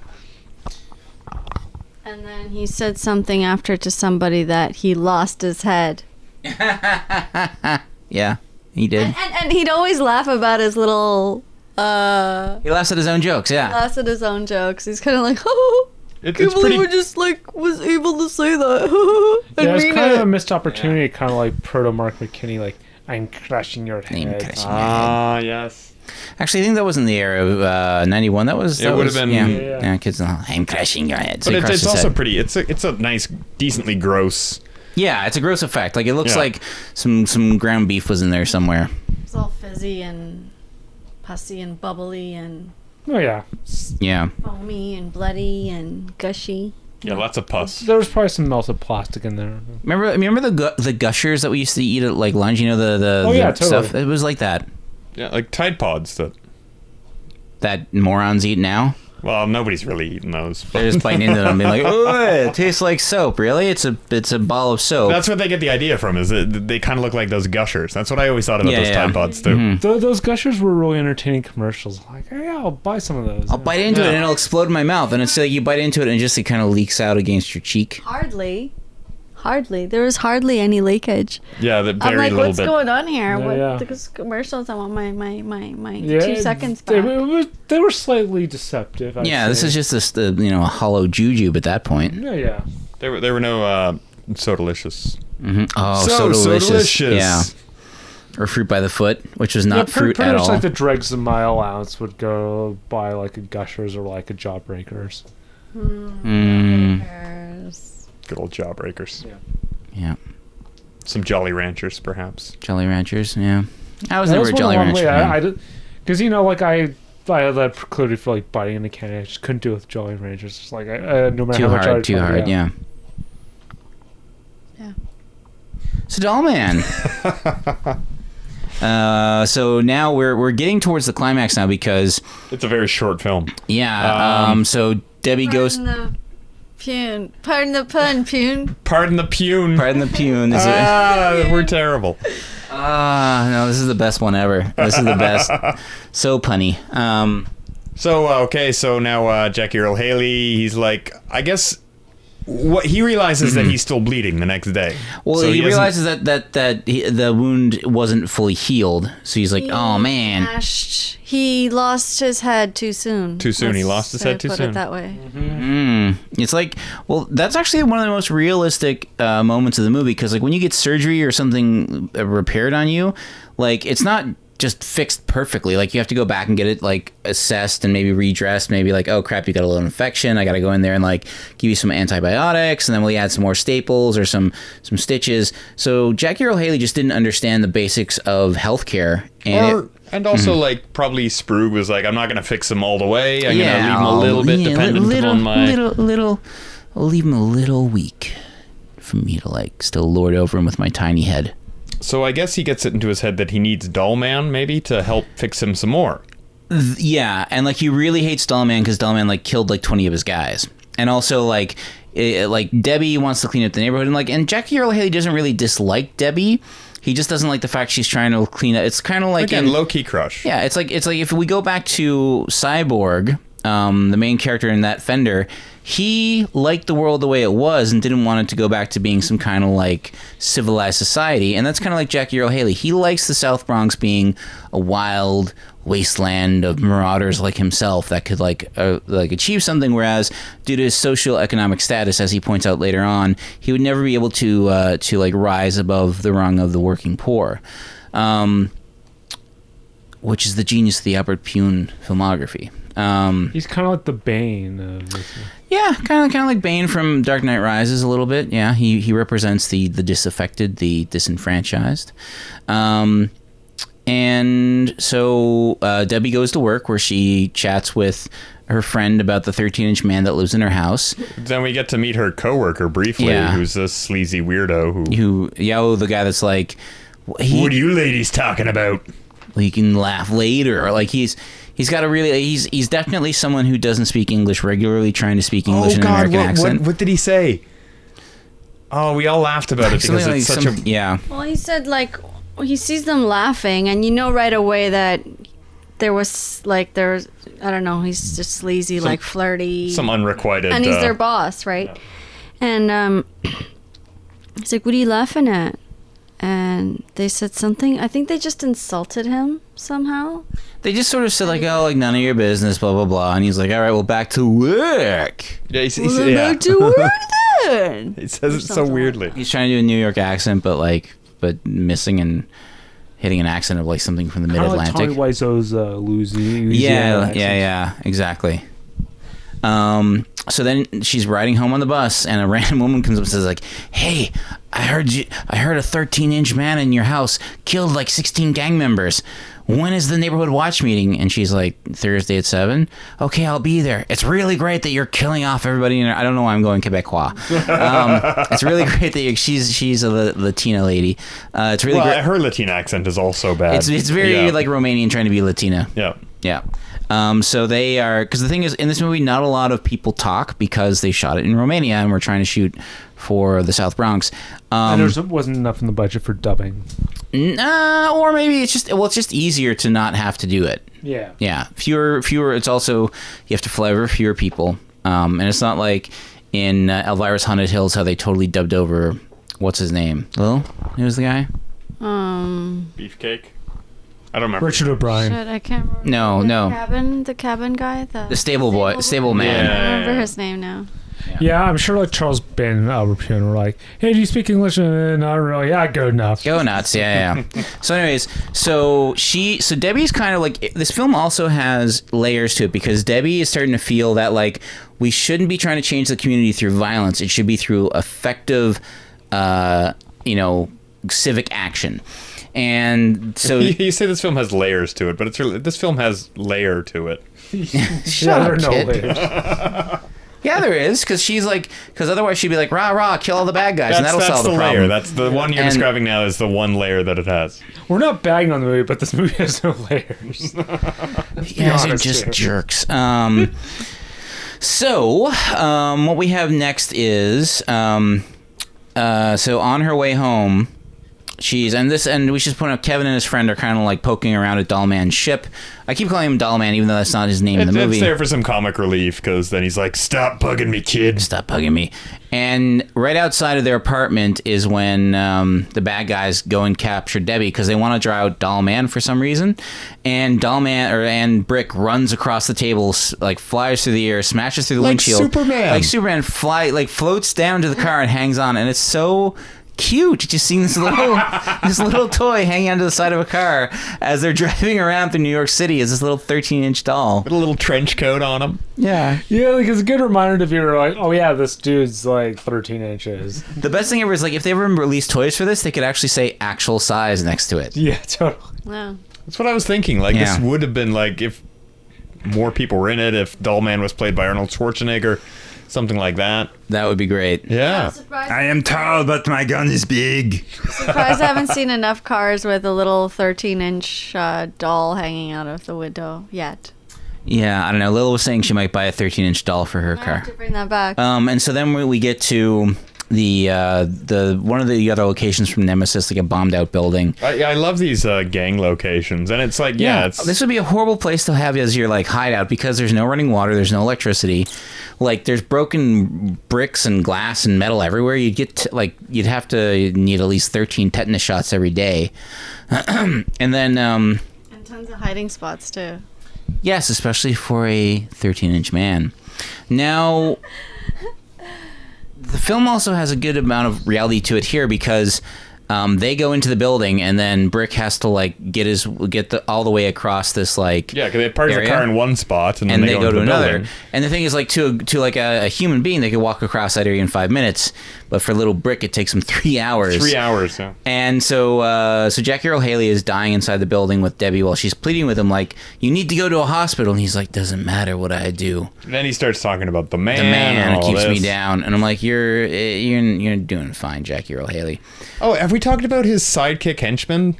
and then he said something after to somebody that he lost his head.
yeah, he did.
And, and he'd always laugh about his little uh
He laughs at his own jokes. Yeah.
laughs at his own jokes. He's kind of like, oh,
It,
can't
it's
believe
pretty.
I just like was able to say that. and
Yeah, it's
mean
kind
it.
of a missed opportunity, kind of like proto Mark McKinney, like, I'm crushing your head.
Name crushing your head.
Ah, yes.
Actually, I think that was in the era of uh, '91. That was.
It
that
would
was-
have been-
Yeah,
Yeah.
yeah. kids. in the hall, I'm crushing your head. So
But
he
it,
crushed
it's
his
also
head.
pretty. It's a it's a nice, decently gross.
Yeah, it's a gross effect. Like it looks
Yeah.
like some some ground beef was in there somewhere.
It's all fizzy and pussy and bubbly and
Oh, yeah.
Yeah.
foamy and bloody and gushy.
Yeah, lots of pus.
There was probably some melted plastic in there.
Remember remember the gu- the gushers that we used to eat at like lunch. You know the the,
Oh,
the
yeah, totally.
stuff. It was like that.
Yeah, like Tide Pods. That
That morons eat now.
well, nobody's really eating those. But
They're just biting into them, and being like, "Oh, it tastes like soap." Really? It's a it's a ball of soap.
That's what they get the idea from. Is that they kind of look like those gushers. That's what I always thought about
Yeah,
those
yeah. Mm-hmm.
Tide Pods too.
Th- those gushers were really entertaining commercials. Like, hey, I'll buy some of those.
I'll bite into it
Yeah.
and it'll explode in my mouth, and it's like you bite into it and it just it kind of leaks out against your cheek.
Hardly. Hardly. There was hardly any leakage.
Yeah, the very
I'm like,
little
what's
bit.
going on here?
Yeah,
what,
yeah.
This commercials, I want my, my, my, my
Yeah,
two seconds
They,
back.
it was- they were slightly deceptive. I'd
Yeah, this
say.
is just this the you know a hollow jujube at that point.
Yeah, yeah.
there were there were no uh, so delicious.
Oh,
so, delicious.
Yeah, or fruit by the foot, which was not
yeah, pretty,
fruit
pretty
at
much
all.
like the dregs of my allowance would go buy like a gushers or like a jawbreakers.
There's-
Good old jawbreakers.
yeah,
Some Jolly Ranchers, perhaps.
Jelly Ranchers. Yeah, I was
That
never
was
a
one
Jolly
of the
Rancher.
one
fan.
way because you know, like I, I had that proclivity for like biting in the can. I just couldn't do it with Jolly Ranchers. It's like I, uh, no matter
too
how much I
hard, too
tried,
hard. Yeah.
Yeah.
So doll man. Uh, so now we're we're getting towards the climax now because
It's a very short film.
yeah um,
Um,
so Debbie goes
Pardon the pun. Pardon the pun, pun.
Pardon the pune.
Pardon the Pune. Is it,
ah, we're terrible.
Ah, no, this is the best one ever. This is the best. so punny. Um,
So uh, okay, so now uh, Jackie Earl Haley, he's like, I guess, what he realizes that he's still bleeding the next day.
well,
So
he,
doesn't-
realizes that that that he, the wound wasn't fully healed, so he's like, "Oh man,
Smashed. He lost his head too soon.
Too soon. He lost his
say-
head too
put
soon.
it that way.
it's like." Well, that's actually one of the most realistic uh, moments of the movie because, like, when you get surgery or something uh, repaired on you, like, it's not just fixed perfectly. Like, you have to go back and get it like assessed and maybe redressed. Maybe like, oh crap, you got a little infection. I got to go in there and like give you some antibiotics, and then we add some more staples or some some stitches. So Jackie Earl Haley just didn't understand the basics of healthcare. And
Or, and also,
Mm-hmm.
like, probably Sprue was like, I'm not going to fix him all the way. I'm going to leave him
I'll-
a little bit
yeah, li-
dependent
little,
on my.
little, little. I'll leave him a little weak for me to like still lord over him with my tiny head.
So I guess he gets it into his head that he needs Doll Man, maybe, to help fix him some more.
Yeah, and like he really hates Dollman because Dollman like killed like twenty of his guys, and also like it, like Debbie wants to clean up the neighborhood, and like and Jackie Earl Haley doesn't really dislike Debbie. He just doesn't like the fact she's trying to clean up. It's kind of like
Again,
in-
low key crush.
Yeah, it's like it's like if we go back to Cyborg, um, the main character in that Fender, he liked the world the way it was and didn't want it to go back to being some kind of like civilized society. And that's kind of like Jackie Earl Haley. He likes the South Bronx being a wild wasteland of marauders like himself that could like uh, like achieve something. Whereas due to his social economic status, as he points out later on, he would never be able to uh, to like rise above the rung of the working poor. Um, which is the genius of the Albert Pune filmography. Um,
He's kind of like the Bane of this.
yeah, kind of kind of like Bane from Dark Knight Rises a little bit. Yeah, he he represents the the disaffected, the disenfranchised. Um, and so uh, Debbie goes to work where she chats with her friend about the 13 inch man that lives in her house.
Then we get to meet her coworker briefly,
Yeah.
who's this sleazy weirdo who.
Who, yo, the guy that's like, he,
what are you ladies talking about?
he can laugh later. Or like he's he's got a really he's he's definitely someone who doesn't speak English regularly, trying to speak English in an American
Oh, what,
accent.
What, what did he say? Oh, we all laughed about it because
Something
it's
like
such
some,
a.
yeah.
Well, he said like he sees them laughing, and you know right away that there was like there was I don't know. He's just sleazy, like flirty,
Some unrequited.
and he's
uh,
their boss, right? And um, he's like, "What are you laughing at?" And they said something. I think they just insulted him somehow.
They just sort of said like, oh, like none of your business, blah blah blah, and he's like, all right, well, back to work.
yeah, he's, he's,
Well, then
yeah.
back to work then.
He says it so
something like
weirdly.
He's trying to do a New York accent, but like, but missing and hitting an accent of like something from the Mid
Kind of like Tommy
Atlantic.
Wiseau's uh, Luzi.
yeah, yeah, yeah, exactly. Um, so then she's riding home on the bus, and a random woman comes up and says, "Like, hey, I heard you. I heard a 13-inch man in your house killed like 16 gang members. When is the neighborhood watch meeting?" And she's like, "Thursday at 7. Okay, I'll be there. It's really great that you're killing off everybody. In I don't know why I'm going Quebecois. Um, it's really great that you're, she's she's a La- Latina lady. Uh, it's really
Well,
great.
her Latina accent is also bad.
It's it's very
Yeah.
like Romanian trying to be Latina.
Yeah.
Yeah. Um, so they are because the thing is in this movie, not a lot of people talk because they shot it in Romania and we're trying to shoot for the South Bronx.
And
Um,
there wasn't enough in the budget for dubbing.
nah, or maybe it's just well, it's just easier to not have to do it.
Yeah.
Yeah, fewer, fewer. It's also you have to fly over fewer people, um, and it's not like in uh, Elvira's Haunted Hills how they totally dubbed over what's his name. Lil, who was the guy?
Um,
Beefcake? I don't remember.
Richard O'Brien.
shit, I can't remember.
No,
the
no.
Cabin, the cabin guy, the, Oh,
The stable boy- stable
I
man.
don't
Yeah.
remember his name now.
Yeah, I'm sure like Charles Band and Albert Pune were like, hey, do you speak English? Uh, not really. Yeah, good enough.
Go nuts, yeah, yeah, yeah. so, anyways, so she, so Debbie's kind of like this film also has layers to it because Debbie is starting to feel that like we shouldn't be trying to change the community through violence. It should be through effective, uh, you know, civic action. And so
You, you say this film has layers to it, but it's really this film has layer to it.
yeah,
shut
there
up,
are no
kid.
layers.
Yeah, there is because she's like because otherwise she'd be like rah rah kill all the bad guys
That's,
and that'll
that's
solve
the,
the,
layer.
problem.
That's the one you're
And-
describing now is the one layer that it has.
We're not bagging on the movie, but this movie has no layers.
You guys are
honest
just
here.
jerks. Um, so, um, what we have next is um, uh, so on her way home, she's and this and we should point out Kevin and his friend are kind of like poking around at Dollman's ship. I keep calling him Dollman, even though that's not his name in
It-
the
it's
movie.
there for some comic relief because then he's like, "Stop bugging me, kid."
Stop bugging me. And right outside of their apartment is when um, the bad guys go and capture Debbie because they want to draw out Dollman for some reason. And Dollman or and Brick runs across the table, s- like flies through the air, smashes through the
Like
windshield,
Superman.
like Superman, fly like floats down to the car and hangs on, and it's so. Cute, just seeing this little this little toy hanging onto the side of a car as they're driving around through New York City. Is this little thirteen inch doll?
Put a little trench coat on him.
Yeah,
yeah, like it's a good reminder to be like, oh, yeah, this dude's like 13 inches.
The best thing ever is like if they ever release toys for this, they could actually say actual size next to it.
Yeah, totally.
Wow.
That's what I was thinking. Like this
Yeah.
would have been like if more people were in it. If Dollman was played by Arnold Schwarzenegger, something like that.
That would be great.
Yeah.
Surprised,
I am tall, but my gun is big.
surprised I haven't seen enough cars with a little 13 inch uh, doll hanging out of the window yet.
Yeah, I don't know. Lil was saying she might buy a 13 inch doll for her
I have
car.
to bring that back.
Um, and so then we, we get to the uh, the one of the other locations from Nemesis, like a bombed out building.
I, I love these uh, gang locations, and it's like, yeah, it's
Oh, this would be a horrible place to have as your like hideout because there's no running water, there's no electricity, like there's broken bricks and glass and metal everywhere. You'd get t- like you'd have to need at least 13 tetanus shots every day, and then. Um,
and tons of hiding spots, too.
Yes, especially for a 13 inch man. Now, the film also has a good amount of reality to it here because Um, they go into the building, and then Brick has to like get his get the all the way across this like
Yeah, because they park the
Area.
car in one spot and then
and
they, go, to, the
another.
Building.
And the thing is, like to to like a, a human being, they could walk across that area in five minutes, but for little Brick, it takes him three hours.
Three hours. Yeah.
And so, uh, so Jackie Earl Haley is dying inside the building with Debbie while she's pleading with him, like, "You need to go to a hospital." And he's like, "Doesn't matter what I do.
Then he starts talking about the man.
The
and
man
all
keeps me
this.
down." And I'm like, "You're eh, you're you're doing fine, Jackie Earl Haley."
Oh, have we talked about his sidekick henchman?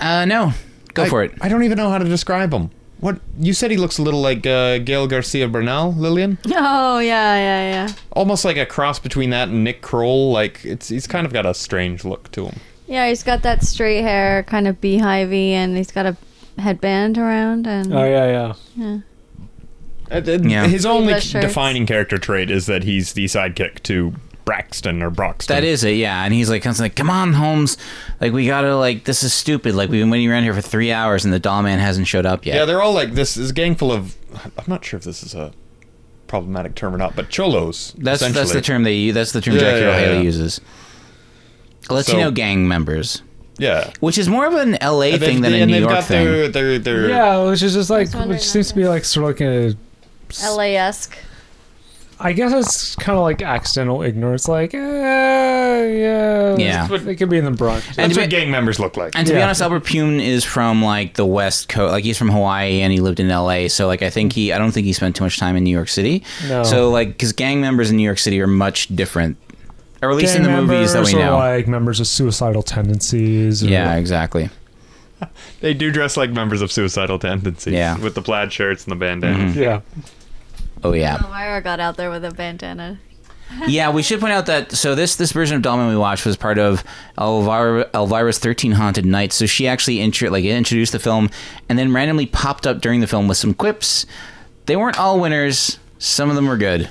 Uh, no, go
I-
for it.
I don't even know how to describe him. What you said? He looks a little like uh, Gail Garcia Bernal, Lillian.
Oh yeah, yeah, yeah.
Almost like a cross between that and Nick Kroll. Like it's he's kind of got a strange look to him.
Yeah, he's got that straight hair, kind of beehivey, and he's got a headband around. And
Oh yeah, yeah.
Uh, th-
Yeah.
His only
Sleeveless shirts.
defining character trait is that he's the sidekick to Braxton or Broxton.
That is it, yeah. And he's like, constantly like, come on, Holmes. Like, we gotta, like, this is stupid. Like, we've been waiting around here for three hours and the doll man hasn't showed up yet.
Yeah, they're all like this. This gang full of. I'm not sure if this is a problematic term or not, but cholos.
that's that's
essentially.
the term they use. That's the term
Yeah,
Jackie
yeah,
Earle Haley
yeah.
uses. Latino
So-
gang members,
Yeah.
which is more of an LA
And
thing
they've-
than a
and
New
they've
York
got
thing.
Their, their, their,
Yeah, which is just like
wondering
which seems to be like sort of like a
LA-esque.
I guess it's kind of like accidental ignorance. Like, eh, yeah,
Yeah.
it could be in the Bronx.
And
That's
to
what
be-
gang members look like.
And to be
Yeah.
honest, Albert Pune is from like the West Coast. Like he's from Hawaii and he lived in L.A. So like I think he, I don't think he spent too much time in New York City.
No.
So like because gang members in New York City are much different, or at least in the movies that we
members are
know.
like members of suicidal tendencies. or-
yeah, exactly.
They do dress like members of suicidal tendencies.
Yeah.
With the plaid shirts and the bandanas.
yeah.
Oh yeah.
Myra got out there with a bandana.
yeah, we should point out that so this this version of Dollman we watched was part of Elvira, Elvira's Thirteen Haunted Nights. So she actually intro, like introduced the film, and then randomly popped up during the film with some quips. They weren't all winners. Some of them were good.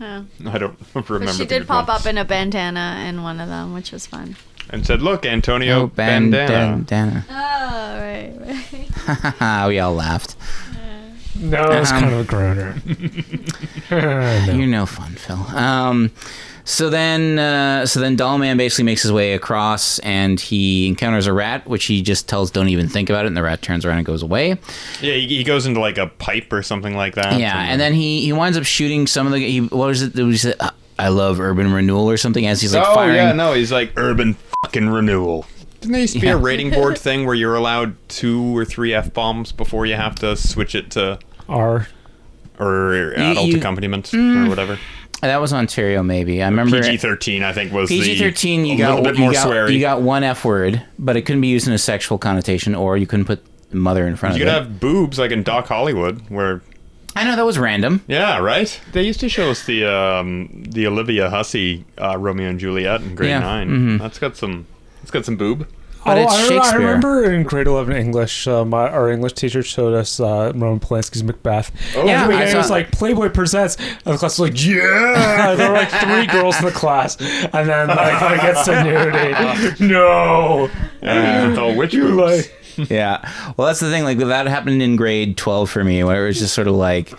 Mm-hmm.
I don't remember.
But she
the
did
good
pop
ones.
up in a bandana in one of them, which was fun.
and said, "Look,
Oh,
Antonio bandana."
Oh,
bandana.
right, right.
Ah, we all laughed.
No, it's
Um,
kind of a groaner.
You're no fun, Phil. Um, so then, uh, so then, Dollman basically makes his way across, and he encounters a rat, which he just tells don't even think about it, and the rat turns around and goes away.
Yeah, he, he goes into like a pipe or something like that.
Yeah, and then he he winds up shooting some of the he, what was it? that was uh, I love urban renewal or something as he's like
oh
firing.
yeah, no, he's like urban fucking renewal. Didn't there used to be
Yeah.
a rating board thing where you're allowed two or three f bombs before you have to switch it to
Are
or adult
you- Mm.
accompaniment or whatever?
That was Ontario maybe. I remember
PG thirteen, I think was
PG thirteen.
The,
You
a
got
little bit more
you got,
sweary.
you got one f word, but it couldn't be used in a sexual connotation, or you couldn't put mother in front
You
of
could
it.
have boobs like in Doc Hollywood, where
I know that was random.
yeah, right. They used to show us the um, the Olivia Hussey uh, Romeo and Juliet in grade
Yeah, Mm-hmm.
9 That's got some. That's got some boob.
But
oh,
it's
I, remember- I
Shakespeare.
remember in grade eleven English, uh, my, our English teacher showed us uh, Roman Polanski's Macbeth. Oh,
Yeah, I
it was
saw-
like Playboy presents, and the class was like, "Yeah!" there were like three girls in the class, and then like when it gets to nudity, no,
And the witch
you
boobs.
like.
yeah. Well, that's the thing. Like that happened in grade twelve for me, where it was just sort of like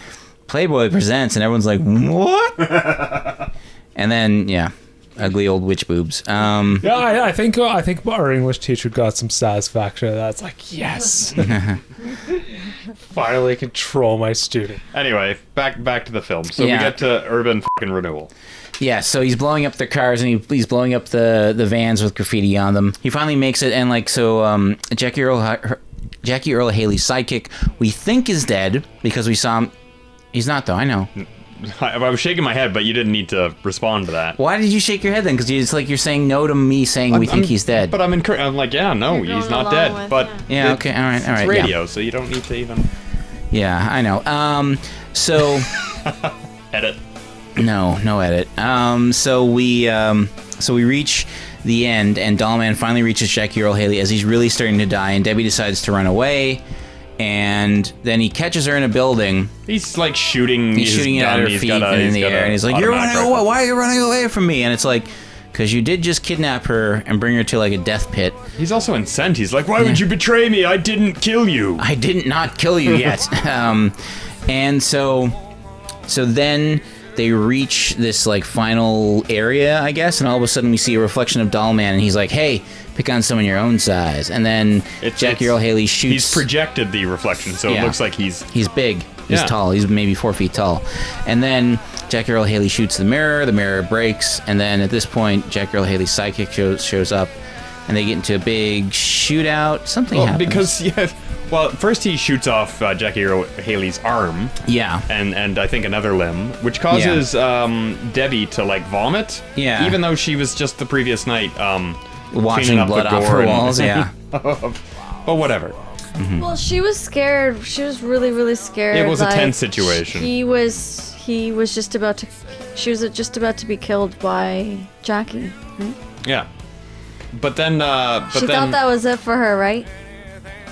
Playboy presents, and everyone's like, "What?" and then, yeah, ugly old witch boobs. Um,
Yeah, I, I think uh, I think our English teacher got some satisfaction. out of that. It's like yes, finally control my student.
Anyway, back back to the film. So
Yeah.
we get to urban fucking renewal.
yeah. So he's blowing up the cars, and he, he's blowing up the the vans with graffiti on them. He finally makes it, and like so, um, Jackie Earl her, Jackie Earl Haley's sidekick, we think is dead because we saw him. He's not though. I know.
I, I was shaking my head, but you didn't need to respond to that.
Why did you shake your head then? Because it's like you're saying no to me saying we
I'm-
think
I'm-
he's dead.
But I'm incur- I'm like, yeah, no,
You're going
he's not
along
dead.
with-
but
yeah.
it-
okay. All right. All
It's
right. yeah.
radio, so you don't need to even
Yeah, I know. Um, so
edit.
no, no edit. Um, so we um, so we reach the end, and Dollman finally reaches Jackie Earl Haley as he's really starting to die, and Debbie decides to run away, and then he catches her in a building.
He's like shooting.
He's
his
shooting it
gun,
at her
he's
feet
got a-
and in
he's
the
got
air,
a
and he's like, "You're running
automatic
away!
rifle."
Why are you running away from me?" And it's like, "Cause you did just kidnap her and bring her to like a death pit.
He's also incensed. He's like, "Why would you betray me? I didn't kill you."
I didn't not kill you yet." um, and so, so then. they reach this like final area, I guess, and all of a sudden we see a reflection of Dollman, and he's like, "Hey, pick on someone your own size." And then
It's-
Jackie
it's-
Earl Haley shoots.
He's projected the reflection, so
Yeah.
it looks like he's
He's big. He's
Yeah.
tall. He's maybe four feet tall. And then Jack Earl Haley shoots the mirror. The mirror breaks. And then at this point, Jack Earl Haley's sidekick shows, shows up, and they get into a big shootout. Something
well,
happens
Oh, because yeah. Well, first he shoots off uh, Jackie Earl Haley's arm,
yeah,
and and I think another limb, which causes um, Debbie to like vomit.
Yeah.
Even though she was just the previous night um,
watching
cleaning up
blood
the
off
gore
her
and-
walls. Yeah,
but whatever.
Well, she was scared. She was really, really scared.
It was a
like,
tense situation.
He was. He was just about to. She was just about to be killed by Jackie. Right?
Yeah. But then, uh, but
she
then,
thought that was it for her, right?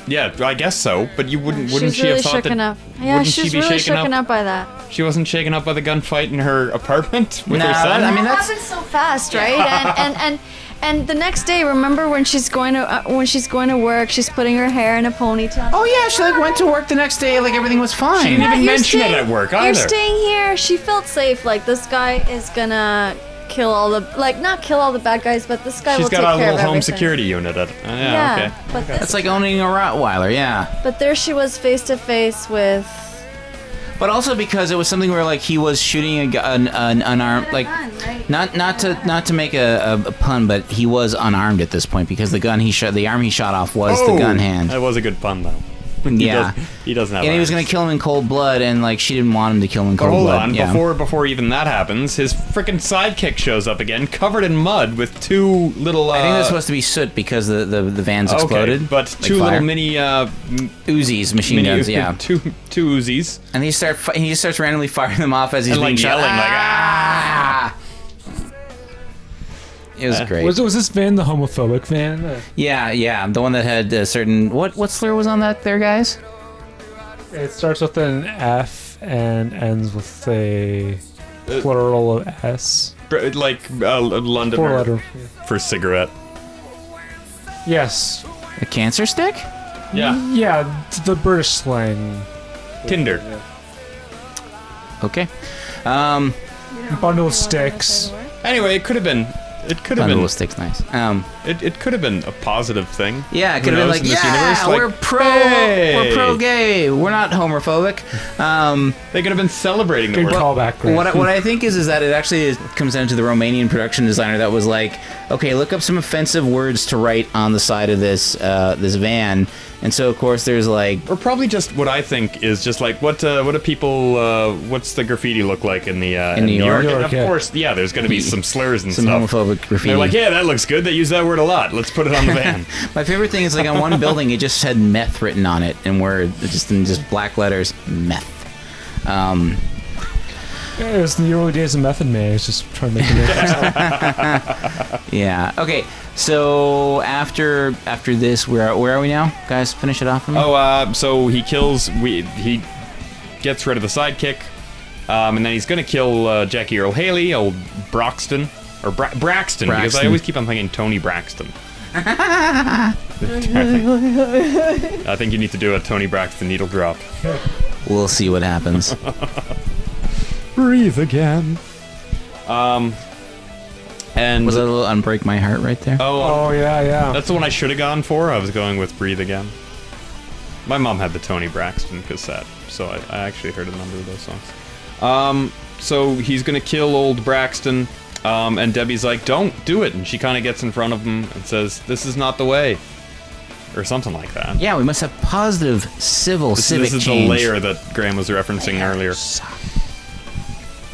yeah, I guess so. But you wouldn't,
she
wouldn't
was
she
really
have thought
shaken
that
up. Yeah,
wouldn't
she
she
was
be
really
shaken up?
shaken up by that.
she wasn't shaken up by the gunfight in her apartment with
No,
her son?
I mean,
that
that's-
happened so fast, right? and, and and and the next day, remember when she's going to uh, when she's going to work, she's putting her hair in a ponytail.
Oh yeah, she like went to work the next day, like everything was fine.
didn't even
you're
mention it
staying-
at work
You're
either.
staying here. She felt safe. Like this guy is gonna kill all the like not kill all the bad guys, but this guy
She's
will take
got a
care
little
of
home
everything.
security unit. At, uh, yeah,
Yeah,
okay.
but
That's
this,
like owning a Rottweiler. Yeah,
but there she was face to face with
but also because it was something where like he was shooting a gu- an, an unarmed like. Not, not to, not to make a, a, a pun, but he was unarmed at this point because the gun he shot, the arm he shot off was
Oh!
the gun hand.
That was a good pun though. He
Yeah.
does, he doesn't have.
and he was
arms.
gonna kill him in cold blood, and like she didn't want him to kill him in
But
cold
hold
blood.
on,
yeah.
before before even that happens, his freaking sidekick shows up again, covered in mud, with two little. Uh,
I think that's supposed to be soot because the the, the vans
okay,
exploded.
but
like
two
fire.
little mini uh, m-
Uzis, machine
mini
guns, yeah.
two two Uzis
And he start fi- he starts randomly firing them off as he's
and
being
like
shot.
yelling like
Ah!
ah.
It was great.
Was, was this van the homophobic van? Uh,
yeah, yeah, the one that had a certain what what slur was on that there, guys?
It starts with an F and ends with a plural of S.
Br- like uh, London
Four letter.
for cigarette.
Yes.
A cancer stick?
Yeah,
Yeah, t- the British slang.
Tinder.
Okay. Um,
Bundle of sticks.
Anyway, it could have been. It could have
bundle
been.
of sticks, nice. Um,
It, it could have been a positive thing.
Yeah, it
Who
could have been
knows
like,
in this
yeah,
universe, like,
we're pro,
hey!"
we're pro gay, we're not homophobic. Um,
They could have been celebrating the
Good
word.
callback, Grant.
what I, what I think is is that it actually is, comes down to the Romanian production designer that was like, okay, look up some offensive words to write on the side of this uh, this van, and so of course there's like
or probably just what I think is just like what uh, what do people uh, what's the graffiti look like in the uh,
In New York?
And
York,
of
yeah.
course, yeah. There's going to be some slurs and
some
stuff.
homophobic graffiti.
They're like, yeah, that looks good. They use that word a lot. Let's put it on the van.
My favorite thing is like on one building it just said meth written on it in word, just in just black letters, meth. Um,
Yeah, it was the early days of Method Man. I was just trying to make a name.
yeah. Okay. So after after this, where are, where are we now, guys? Finish it off for me.
oh, uh, so he kills. We he gets rid of the sidekick, um, and then he's going to kill uh, Jackie Earl Haley, old Broxton or Bra- Braxton, because
Braxton.
I always keep on thinking Tony Braxton. I think you need to do a Tony Braxton needle drop.
We'll see what happens.
breathe again. Um, and
Was that a little unbreak my heart right there?
oh,
oh, yeah, yeah.
that's the one I should have gone for. I was going with breathe again. My mom had the Tony Braxton cassette, so I, I actually heard a number of those songs. Um, so he's gonna kill old Braxton, um, and Debbie's like, "Don't do it," and she kind of gets in front of him and says, "This is not the way," or something like that.
Yeah, we must have positive civil
This,
civic
this is
change.
the layer that Graham was referencing earlier.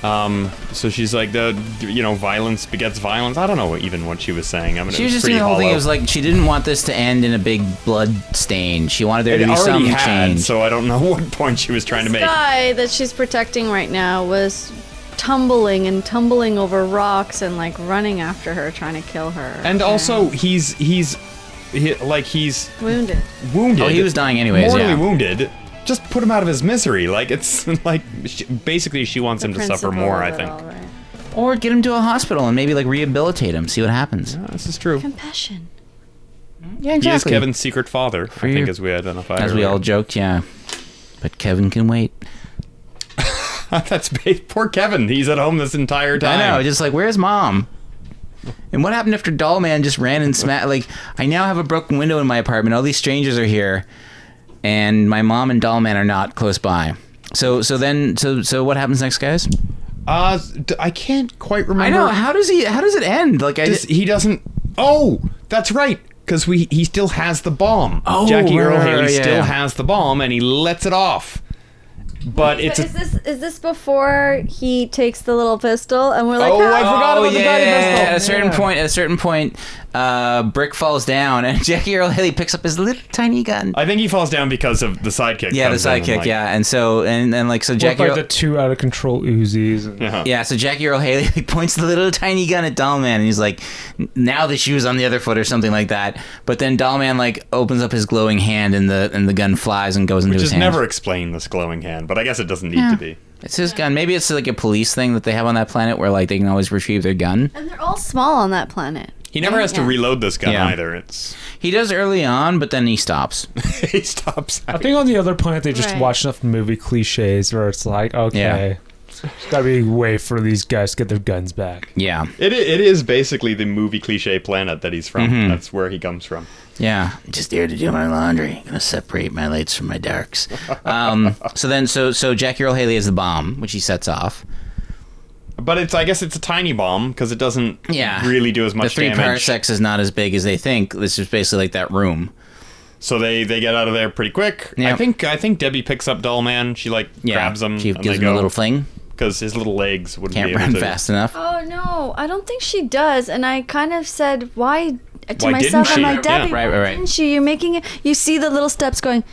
Um, so she's like the you know violence begets violence. I don't know even what she was saying. I mean,
She
it
was
was
just doing
pretty
the whole thing.
hollow.
It was like she didn't want this to end in a big blood stain. She wanted there
it
to be some
already had,
change.
so I don't know what point she was trying to
this
make.
guy that she's protecting right now was tumbling and tumbling over rocks and like running after her, trying to kill her.
And also, he's he's he, like he's
wounded.
wounded.
Oh, he was dying anyways,
Mortally
yeah.
wounded. Just put him out of his misery. Like it's like she, basically she wants him to suffer more. I think
or get him to a hospital and maybe like rehabilitate him, see what happens.
this is true.
Compassion.
Yeah,
He is
exactly.
Kevin's secret father. I
your-
think as we identified.
As we
earlier.
all joked, yeah. But Kevin can wait.
That's ba- poor Kevin. He's at home this entire
I
time.
know. Just like, where's mom? And what happened after Doll Man just ran and smashed? Like, I now have a broken window in my apartment. All these strangers are here, and my mom and Doll Man are not close by. So, so then, so, so what happens next, guys?
Uh, d- I can't quite remember.
I know. How does he? How does it end? Like, I
Does-
just,
he doesn't. Oh, that's right. Because we he still has the bomb.
Oh,
Jackie
right,
Earl
right,
Haley
right, yeah,
still
yeah.
has the bomb, and he lets it off. But it's.
Is this is this before he takes the little pistol and we're like,
Oh, I
"Ah."
forgot about the Johnny Pistol.
At a certain
Yeah.
point, at a certain point, uh, Brick falls down, and Jackie Earl Haley picks up his little tiny gun.
I think he falls down because of the sidekick.
yeah, the
comes in and,
sidekick.
like-
yeah, and so and then like so
With,
Jackie.
like
Earl-
the two out of control Uzis. And,
Uh-huh.
Yeah, so Jackie Earl Haley like, points the little tiny gun at Dollman, and he's like, "N- "Now the shoe's on the other foot," or something like that. But then Dollman like opens up his glowing hand, and the and the gun flies and goes into
Which
his
is
hand.
never explained this glowing hand, but I guess it doesn't need to be.
It's his gun. Maybe it's like a police thing that they have on that planet where like they can always retrieve their gun.
And they're all small on that planet.
He never has to
Yeah.
reload this gun
Yeah.
either. It's
He does early on, but then he stops.
he stops.
I think on the other planet they just
Right.
watch enough movie cliches where it's like, okay, it's gotta be a way for these guys to get their guns back.
Yeah,
It i- it is basically the movie cliche planet that he's from.
Mm-hmm.
That's where he comes from.
yeah. Just here to do my laundry. gonna separate my lights from my darks. Um, so then, so so Jackie Earl Haley is the bomb, which he sets off.
But it's I guess it's a tiny bomb because it doesn't
Yeah.
really do as
The
much
three
damage.
parsecs is not as big as they think. This is basically like that room.
So they they get out of there pretty quick. I
Yeah.
think I think Debbie picks up Doll Man. She like grabs him
She
and
gives
they
him
go
a little fling.
because his little legs wouldn't
Can't
be able
run
to.
fast enough.
Oh no, I don't think she does. And I kind of said, why uh, to
Why
myself,
didn't
I'm
she?
like,
Yeah.
Debbie,
Right,
why
right, right.
didn't you? You're making it. You see the little steps going.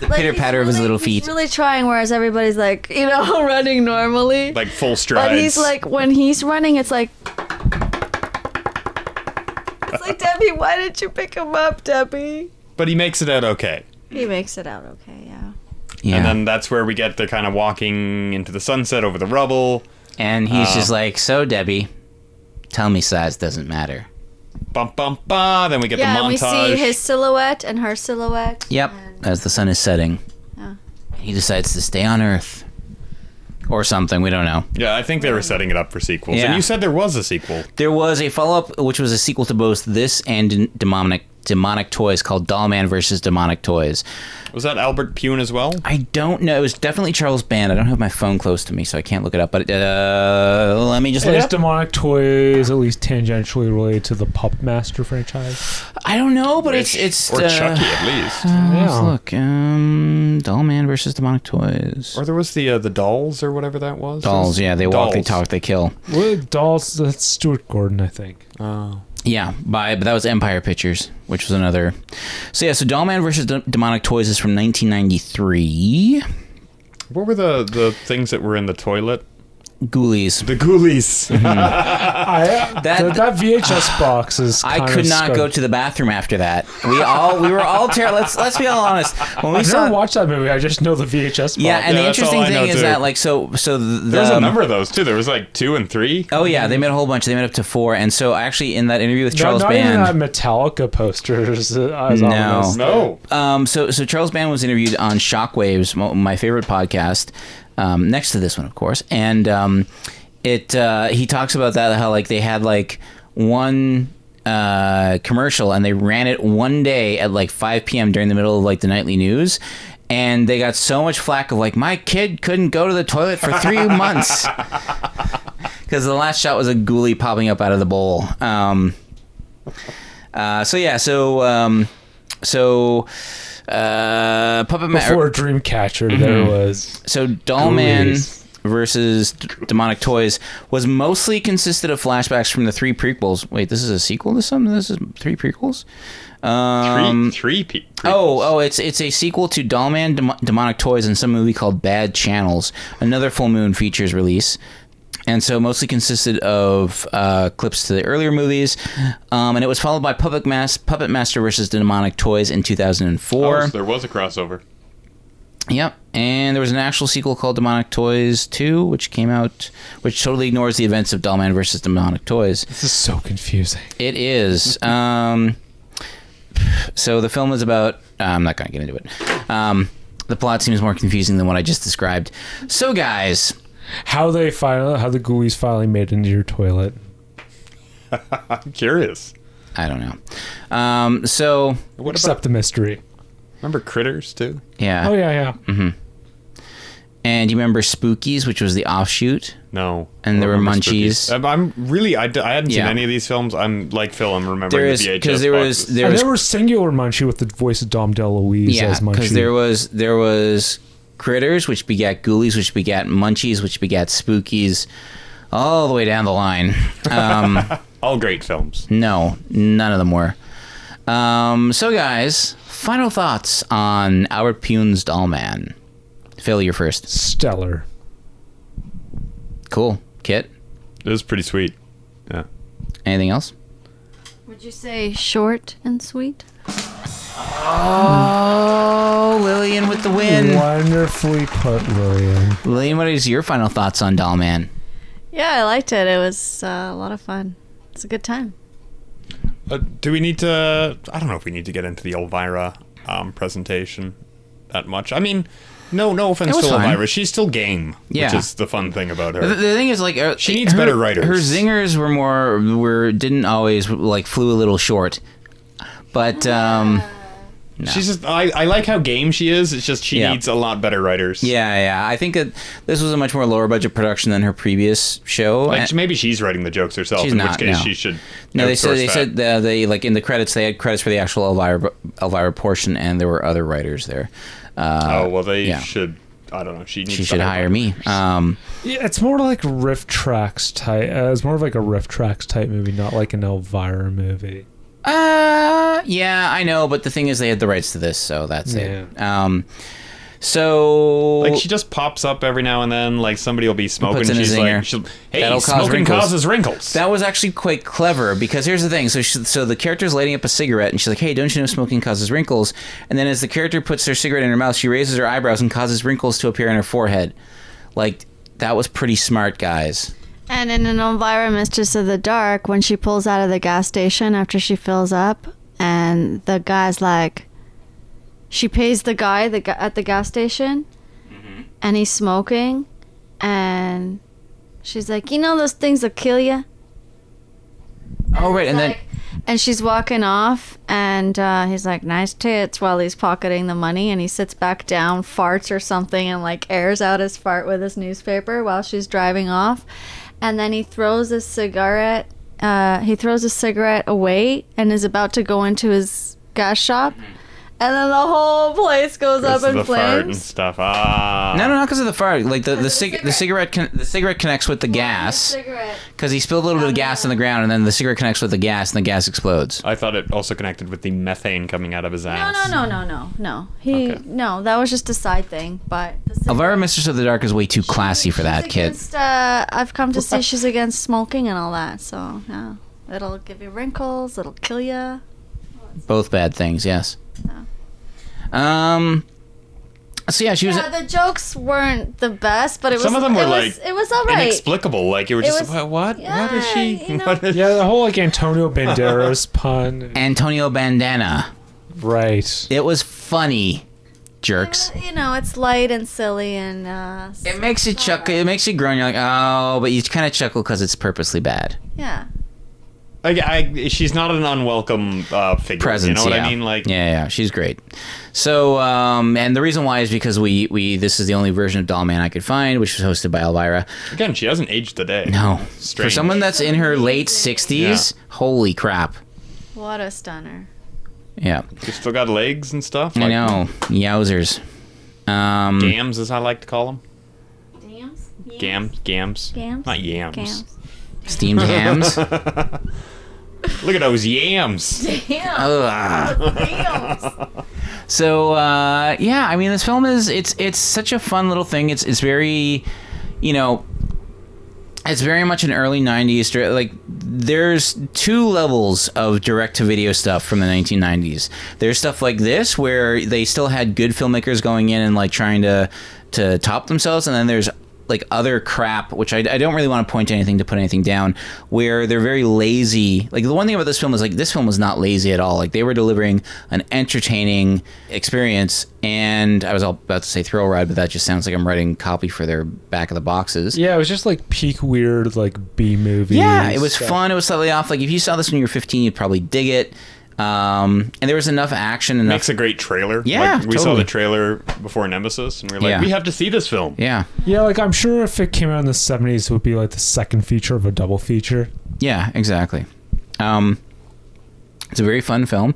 The pitter patter of his little feet.
He's really trying, whereas everybody's like, you know, running normally.
Like full strides.
but he's like, when he's running, it's like. It's like Debbie, why didn't you pick him up, Debbie?
But he makes it out okay.
He makes it out okay, yeah.
yeah.
And then that's where we get the kind of walking into the sunset over the rubble.
And he's just
uh,
like, so Debbie, tell me size doesn't matter.
Bum bum ba. Then we get
Yeah,
the
and we
montage.
see his silhouette and her silhouette.
Yep.
And
As the sun is setting,
Yeah.
he decides to stay on Earth, or something. We don't know.
Yeah, I think they were setting it up for sequels. And
Yeah.
you said there was a sequel.
There was a follow up, which was a sequel to both this and demonic demonic toys called Dollman versus Demonic Toys.
Was that Albert Pune as well?
I don't know. It was definitely Charles Band. I don't have my phone close to me, so I can't look it up. But uh, let me just
At
look it
least
up.
demonic toys at least tangentially related to the Pup Master franchise.
I don't know, but it's it's
or
uh,
Chucky at least.
Let's look. Um, Doll Man versus Demonic Toys.
or there was the uh, the dolls or whatever that was.
Dolls, yeah, they walk, they
Dolls.
talk, they kill.
Well, dolls, that's Stuart Gordon, I think.
Yeah, by but that was Empire Pictures, which was another. So yeah, so Doll Man versus De- Demonic Toys is from 1993.
What were the the things that were in the toilet?
Ghoulies.
The ghoulies.
I, that, that VHS box is.
I
kind
could
of
not
scum.
go to the bathroom after that. We all we were all terrible. Let's let's be all honest. When we
I've
saw
never watched that movie. I just know the VHS box.
yeah, and the
Yeah, that's all
interesting
I know,
thing is
too.
that like so so the,
There's a number of those too. There was like two and three.
Oh yeah, they made a whole bunch. They made up to four, and so actually in that interview with
No,
Charles
not
Band,
even that Metallica posters. Uh, I was on
No.
this.
No.
Um, so, so Charles Band was interviewed on Shockwaves, mo- my favorite podcast, um, next to this one, of course. And um, it uh, he talks about that how like they had like one uh, commercial and they ran it one day at like 5 p.m. during the middle of like the nightly news. And they got so much flack of like my kid couldn't go to the toilet for three months because the last shot was a ghoulie popping up out of the bowl. Um, uh, so yeah, so um, so uh, Puppet Ma-
Before Dreamcatcher,
Mm-hmm.
there was.
so Dollman
Ghoulies.
versus D- Demonic Toys was mostly consisted of flashbacks from the three prequels. Wait, this is a sequel to something. This is three prequels. Um,
three three people.
Oh, oh, it's it's a sequel to Dollman, Dem- Demonic Toys, and some movie called Bad Channels. Another Full Moon Features release, and so mostly consisted of uh, clips to the earlier movies, um, and it was followed by Puppet Mas- Puppet Master versus Demonic Toys in 2004.
Oh, there was a crossover.
Yep. And there was an actual sequel called Demonic Toys 2, which came out, which totally ignores the events of Dollman versus Demonic Toys.
This is so confusing.
It is. uh, Um, so the film is about. I'm not going to get into it. Um, The plot seems more confusing than what I just described. So, guys,
How they finally, how the GUI's finally made it into your toilet.
I'm curious.
I don't know. Um, so,
What
Except the mystery.
about remember critters too?
yeah.
Oh yeah, yeah.
And you remember Spookies, which was the offshoot?
No.
And
I
there were
remember
munchies.
Spookies. I'm, I'm really I, d- I hadn't seen
Yeah.
any of these films. I'm like Phil. I'm remembering
There is
the VHS
because there was
boxes.
there
And
was
there were singular Munchie with the voice of Dom DeLuise
yeah
as
because
Munchie.
there was there was critters which begat ghoulies which begat munchies which begat spookies all the way down the line um,
all great films.
no none of them were um, so guys final thoughts on albert pune's dollman phil you're first
Stellar.
cool kit
It was pretty sweet. Yeah.
anything else
Would you say short and sweet?
oh lillian with the win
Wonderfully put, Lillian.
lillian what is your final thoughts on dollman
Yeah, I liked it. It was uh, a lot of fun. It's a good time.
Uh, do we need to? I don't know if we need to get into the Elvira um, presentation that much. I mean, no, no offense
It was
to
fine.
Elvira. She's still game,
Yeah.
which is the fun thing about
The,
her.
the thing is, like, uh,
She needs
her-
better writers.
Her zingers were more were didn't always like flew a little short, but um,
She's just. I, I like how game she is. It's just she
Yeah.
needs a lot better writers.
yeah, yeah. I think that this was a much more lower budget production than her previous show.
Like
and-
maybe she's writing the jokes herself.
She's
in
not,
which case
no.
she should.
no, they said
outsource
they
that.
said the, they like in the credits they had credits for the actual Elvira Elvira portion, and there were other writers there. Uh,
Oh well, they
yeah.
should. I don't know. She needs.
she
to
should hire me. Um,
Yeah, it's more like riff tracks type. Uh, it's more of like a riff tracks type movie, not like an Elvira movie.
Uh, yeah, I know, but the thing is, they had the rights to this, so that's it. Um, so
Like she just pops up every now and then. Like somebody will be smoking.
Puts in a
she's
zinger.
like, she'll, "Hey,
That'll cause
smoking
wrinkles."
causes wrinkles."
That was actually quite clever because here's the thing. So, she, so the character's lighting up a cigarette, and she's like, "Hey, don't you know smoking causes wrinkles?" And then, as the character puts their cigarette in her mouth, she raises her eyebrows and causes wrinkles to appear on her forehead. Like that was pretty smart, guys.
And in an Elvira Mistress of the Dark, when she pulls out of the gas station after she fills up, and the guy's like, she pays the guy the, gu- at the gas station, and he's smoking, and she's like, you know those things that kill you?
Oh right, and then
like- And she's walking off, and uh, he's like, nice tits, while he's pocketing the money, and he sits back down, farts or something, and like airs out his fart with his newspaper while she's driving off. And then he throws his cigarette, uh, he throws his cigarette away and is about to go into his gas shop. And then the whole place goes
This
up
is
in
Mm-hmm. the fart and
flames.
stuff. Ah.
no, no, not because of the fire. Like the the, cig- the cigarette con- the cigarette connects with the gas
Cigarette.
because he spilled a little bit of gas on the ground, and then the cigarette connects with the gas, and the gas explodes.
I thought it also connected with the methane coming out of his
No,
ass.
no, no, no, no, no. He
Okay.
no, that was just a side thing. But the cigarette-
Elvira, Mistress of the Dark, is way too classy for that, kid.
Against, uh, I've come to see she's against smoking and all that. So yeah, it'll give you wrinkles. It'll kill you.
Both bad things, yes. Um. So yeah, she was.
Yeah, the jokes weren't the best, but it was
Some of them were
it was,
like
it was all right.
Inexplicable. Like you were
It
just
was-
Uh,
what? What, what is
yeah,
she?
you know.
what is,
Yeah, the whole like Antonio Banderas pun.
Antonio Bandana.
Right.
It was funny, jerks.
uh, you know, it's light and silly and uh, s-
It makes you chuckle. It makes you groan. You're like, oh, but you kind of chuckle because it's purposely bad.
yeah.
I, I, she's not an unwelcome uh, figure.
Presence.
You know what
yeah.
I mean? Like
yeah, yeah, she's great. So, um, and the reason why is because we we this is the only version of Doll Man I could find, which was hosted by Elvira.
again, she hasn't aged a day.
No, for
Strange.
someone that's in her late sixties, holy crap.
What a stunner.
Yeah,
She still got legs and stuff.
I
like
know. Yowzers. Um,
Gams, as I like to call them.
Dams.
Gams, gams,
Gams?
not yams.
Gams.
steamed hams.
Look at those yams.
Ugh. So uh, yeah, I mean, this film is it's it's such a fun little thing. It's it's very, you know, it's very much an early '90s. dir- Like there's two levels of direct-to-video stuff from the 1990s. There's stuff like this where they still had good filmmakers going in and like trying to to top themselves, and then there's like other crap, which I, I don't really want to point to anything to put anything down, where they're very lazy. Like the one thing about this film is like this film was not lazy at all. Like they were delivering an entertaining experience, and I was all about to say thrill ride, but that just sounds like I'm writing copy for their back of the boxes.
Yeah, it was just like peak weird, like B movie.
Yeah, it was fun. It was slightly off. Like if you saw this when you were 15, you'd probably dig it. Um, and there was enough action enough.
Makes a great trailer.
Yeah,
Like, we saw
totally.
the trailer before Nemesis, and we are like,
Yeah.
we have to see this film.
yeah,
Yeah, like I'm sure if it came out in the 70s, it would be like the second feature of a double feature.
yeah, exactly. Um, it's a very fun film,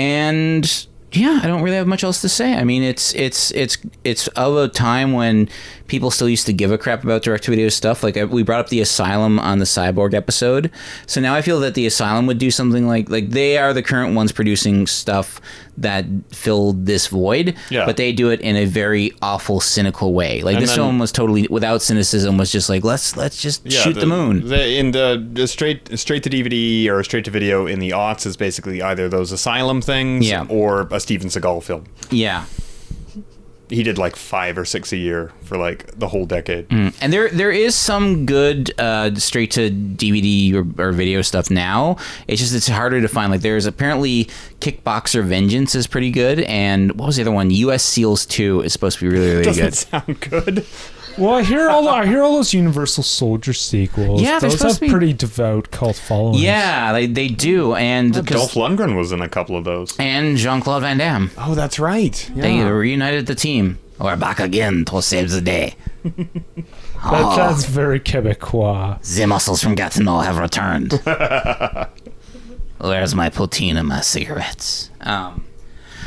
and yeah, I don't really have much else to say. I mean, it's it's it's it's of a time when people still used to give a crap about direct-to-video stuff. Like I, we brought up the Asylum on the Cyborg episode, so now I feel that the Asylum would do something like like they are the current ones producing stuff that filled this void,
Yeah.
but they do it in a very awful, cynical way. Like
And
this
then-
film was totally without cynicism. Was just like let's let's just shoot the, moon.
The, in the, the straight straight to DVD or straight to video in the aughts is basically either those asylum things
Yeah.
or a Steven Seagal film.
yeah.
He did like five or six a year for like the whole decade.
And there there is some good uh, straight to DVD or, or video stuff now. It's just it's harder to find. Like there's apparently Kickboxer Vengeance is pretty good, and what was the other one? U.S. Seals Two is supposed to be really really
Doesn't
good.
sound good.
Well, I hear all I hear all those Universal Soldier sequels.
Yeah, they're
those
supposed
have
to be-
pretty devout cult followings.
Yeah, they, they do, and 'cause-
Dolph Lundgren was in a couple of those.
and Jean Claude Van Damme.
Oh, that's right. Yeah.
They reunited the team. We're back again to save the day.
That,
Ah.
that's very Quebecois.
The muscles from Gatineau have returned. Where's my poutine and my cigarettes? Um,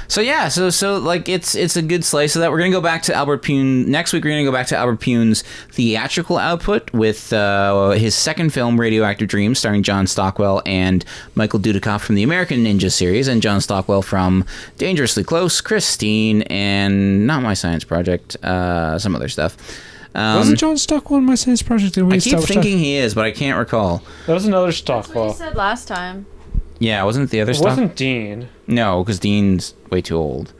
so yeah, so so like it's it's a good slice of that. We're gonna go back to Albert Pune next week. We're gonna go back to Albert Pune's theatrical output with uh, his second film, Radioactive Dreams, starring John Stockwell and Michael Dudikoff from the American Ninja series, and John Stockwell from Dangerously Close, Christine, and Not My Science Project, uh, some other stuff. Um,
Wasn't John Stockwell in my science project? Did we
I keep
establish
thinking he is, but I can't recall.
that? that was another
That's what you
Stockwell.
said last time.
Yeah, wasn't it the other
It
stuff?
wasn't Dean.
No, because Dean's way too old.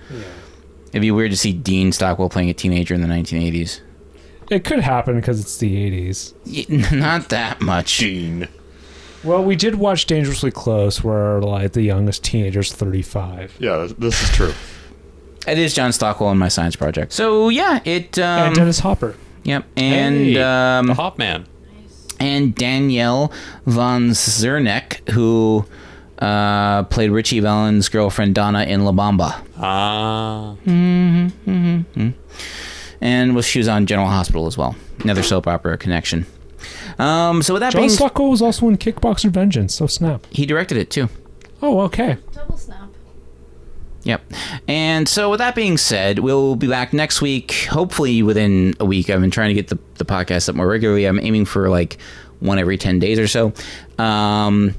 It'd be weird to see Dean Stockwell playing a teenager in the 1980s.
It could happen because it's the 80s.
Y- Not that much.
Gene.
Well, we did watch Dangerously Close, where like the youngest teenager's 35,
Yeah, this is true.
It is John Stockwell in my science project. So yeah, it. Um,
and Dennis Hopper.
yep, and
Hey, the
um,
Hop Man.
and Danielle von Zerneck, who uh, played Richie Valens' girlfriend Donna in La Bamba, Mm-hmm,
Ah,
and was she was on General Hospital as well. Another soap opera connection. Um, so with that
John
being,
Stockwell was also in Kickboxer Vengeance. So snap.
he directed it too.
Oh, okay.
Double snap.
Yep. And so, with that being said, we'll be back next week, hopefully within a week. I've been trying to get the, the podcast up more regularly. I'm aiming for like one every 10 days or so. Um,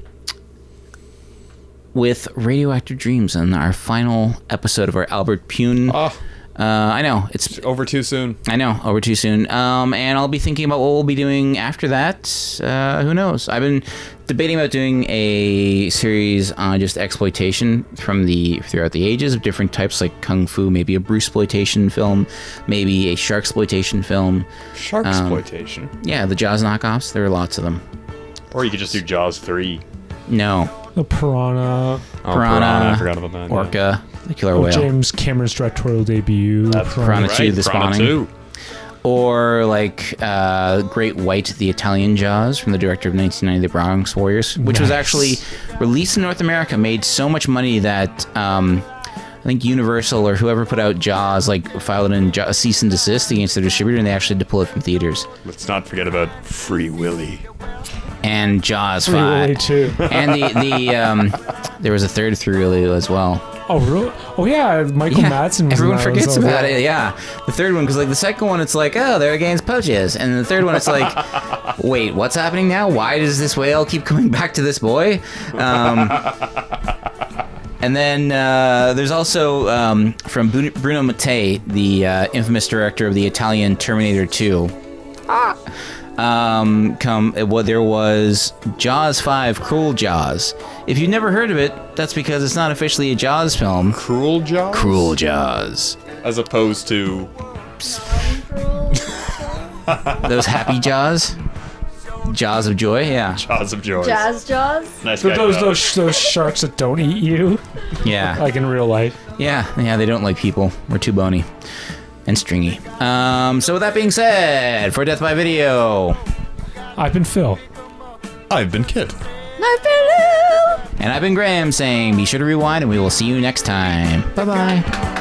with Radioactive Dreams and our final episode of our Albert Pune.
Oh.
Uh, I know it's
over too soon.
I know over too soon. Um, and I'll be thinking about what we'll be doing after that. Uh, who knows? I've been debating about doing a series on just exploitation from the throughout the ages of different types, like kung fu, maybe a Bruce exploitation film, maybe a shark exploitation film.
Shark exploitation,
Yeah, the Jaws knockoffs. There are lots of them.
or you could just do Jaws three.
No,
The Piranha,
Oh,
Piranha,
I forgot about that. yeah.
orca, the killer
oh,
whale,
James Cameron's directorial debut.
Piranha
Right,
two, the
Piranha
spawning.
2.
or like uh, Great White, the Italian Jaws from the director of 1990, The Bronx Warriors, which was
Nice.
actually released in North America, made so much money that um, I think Universal or whoever put out Jaws like filed in a cease and desist against their distributor, and they actually had to pull it from theaters.
Let's not forget about Free Willy.
And Jaws
Free Willy
5.
too.
and the, the um, there was a third through really as well.
Oh, really? Oh, yeah. Michael
Yeah,
Madsen. Was
Everyone
in that.
forgets
was on
about
that.
it. Yeah, the third one because like the second one, it's like oh they're against poaches, and the third one it's like wait what's happening now? Why does this whale keep coming back to this boy? Um, and then uh, there's also um, from Bru- Bruno Mattei, the uh, infamous director of the Italian Terminator 2. Um, come well, there was Jaws 5 Cruel Jaws. If you've never heard of it, that's because it's not officially a Jaws film.
Cruel Jaws?
Cruel Jaws.
As opposed to.
Cruel.
Those happy jaws, jaws of joy. Yeah,
Jaws of Joy.
Jazz Jaws.
Nice guy,
Those
Jaws.
those sh- those sharks that don't eat you,
yeah.
like in real life.
Yeah, yeah, they don't like people. We're too bony and stringy. Um, so with that being said, for Death by Video,
I've been Phil.
I've been Kid.
My pillow.
and I've been Graham saying, be sure to rewind, and we will see you next time. Bye bye.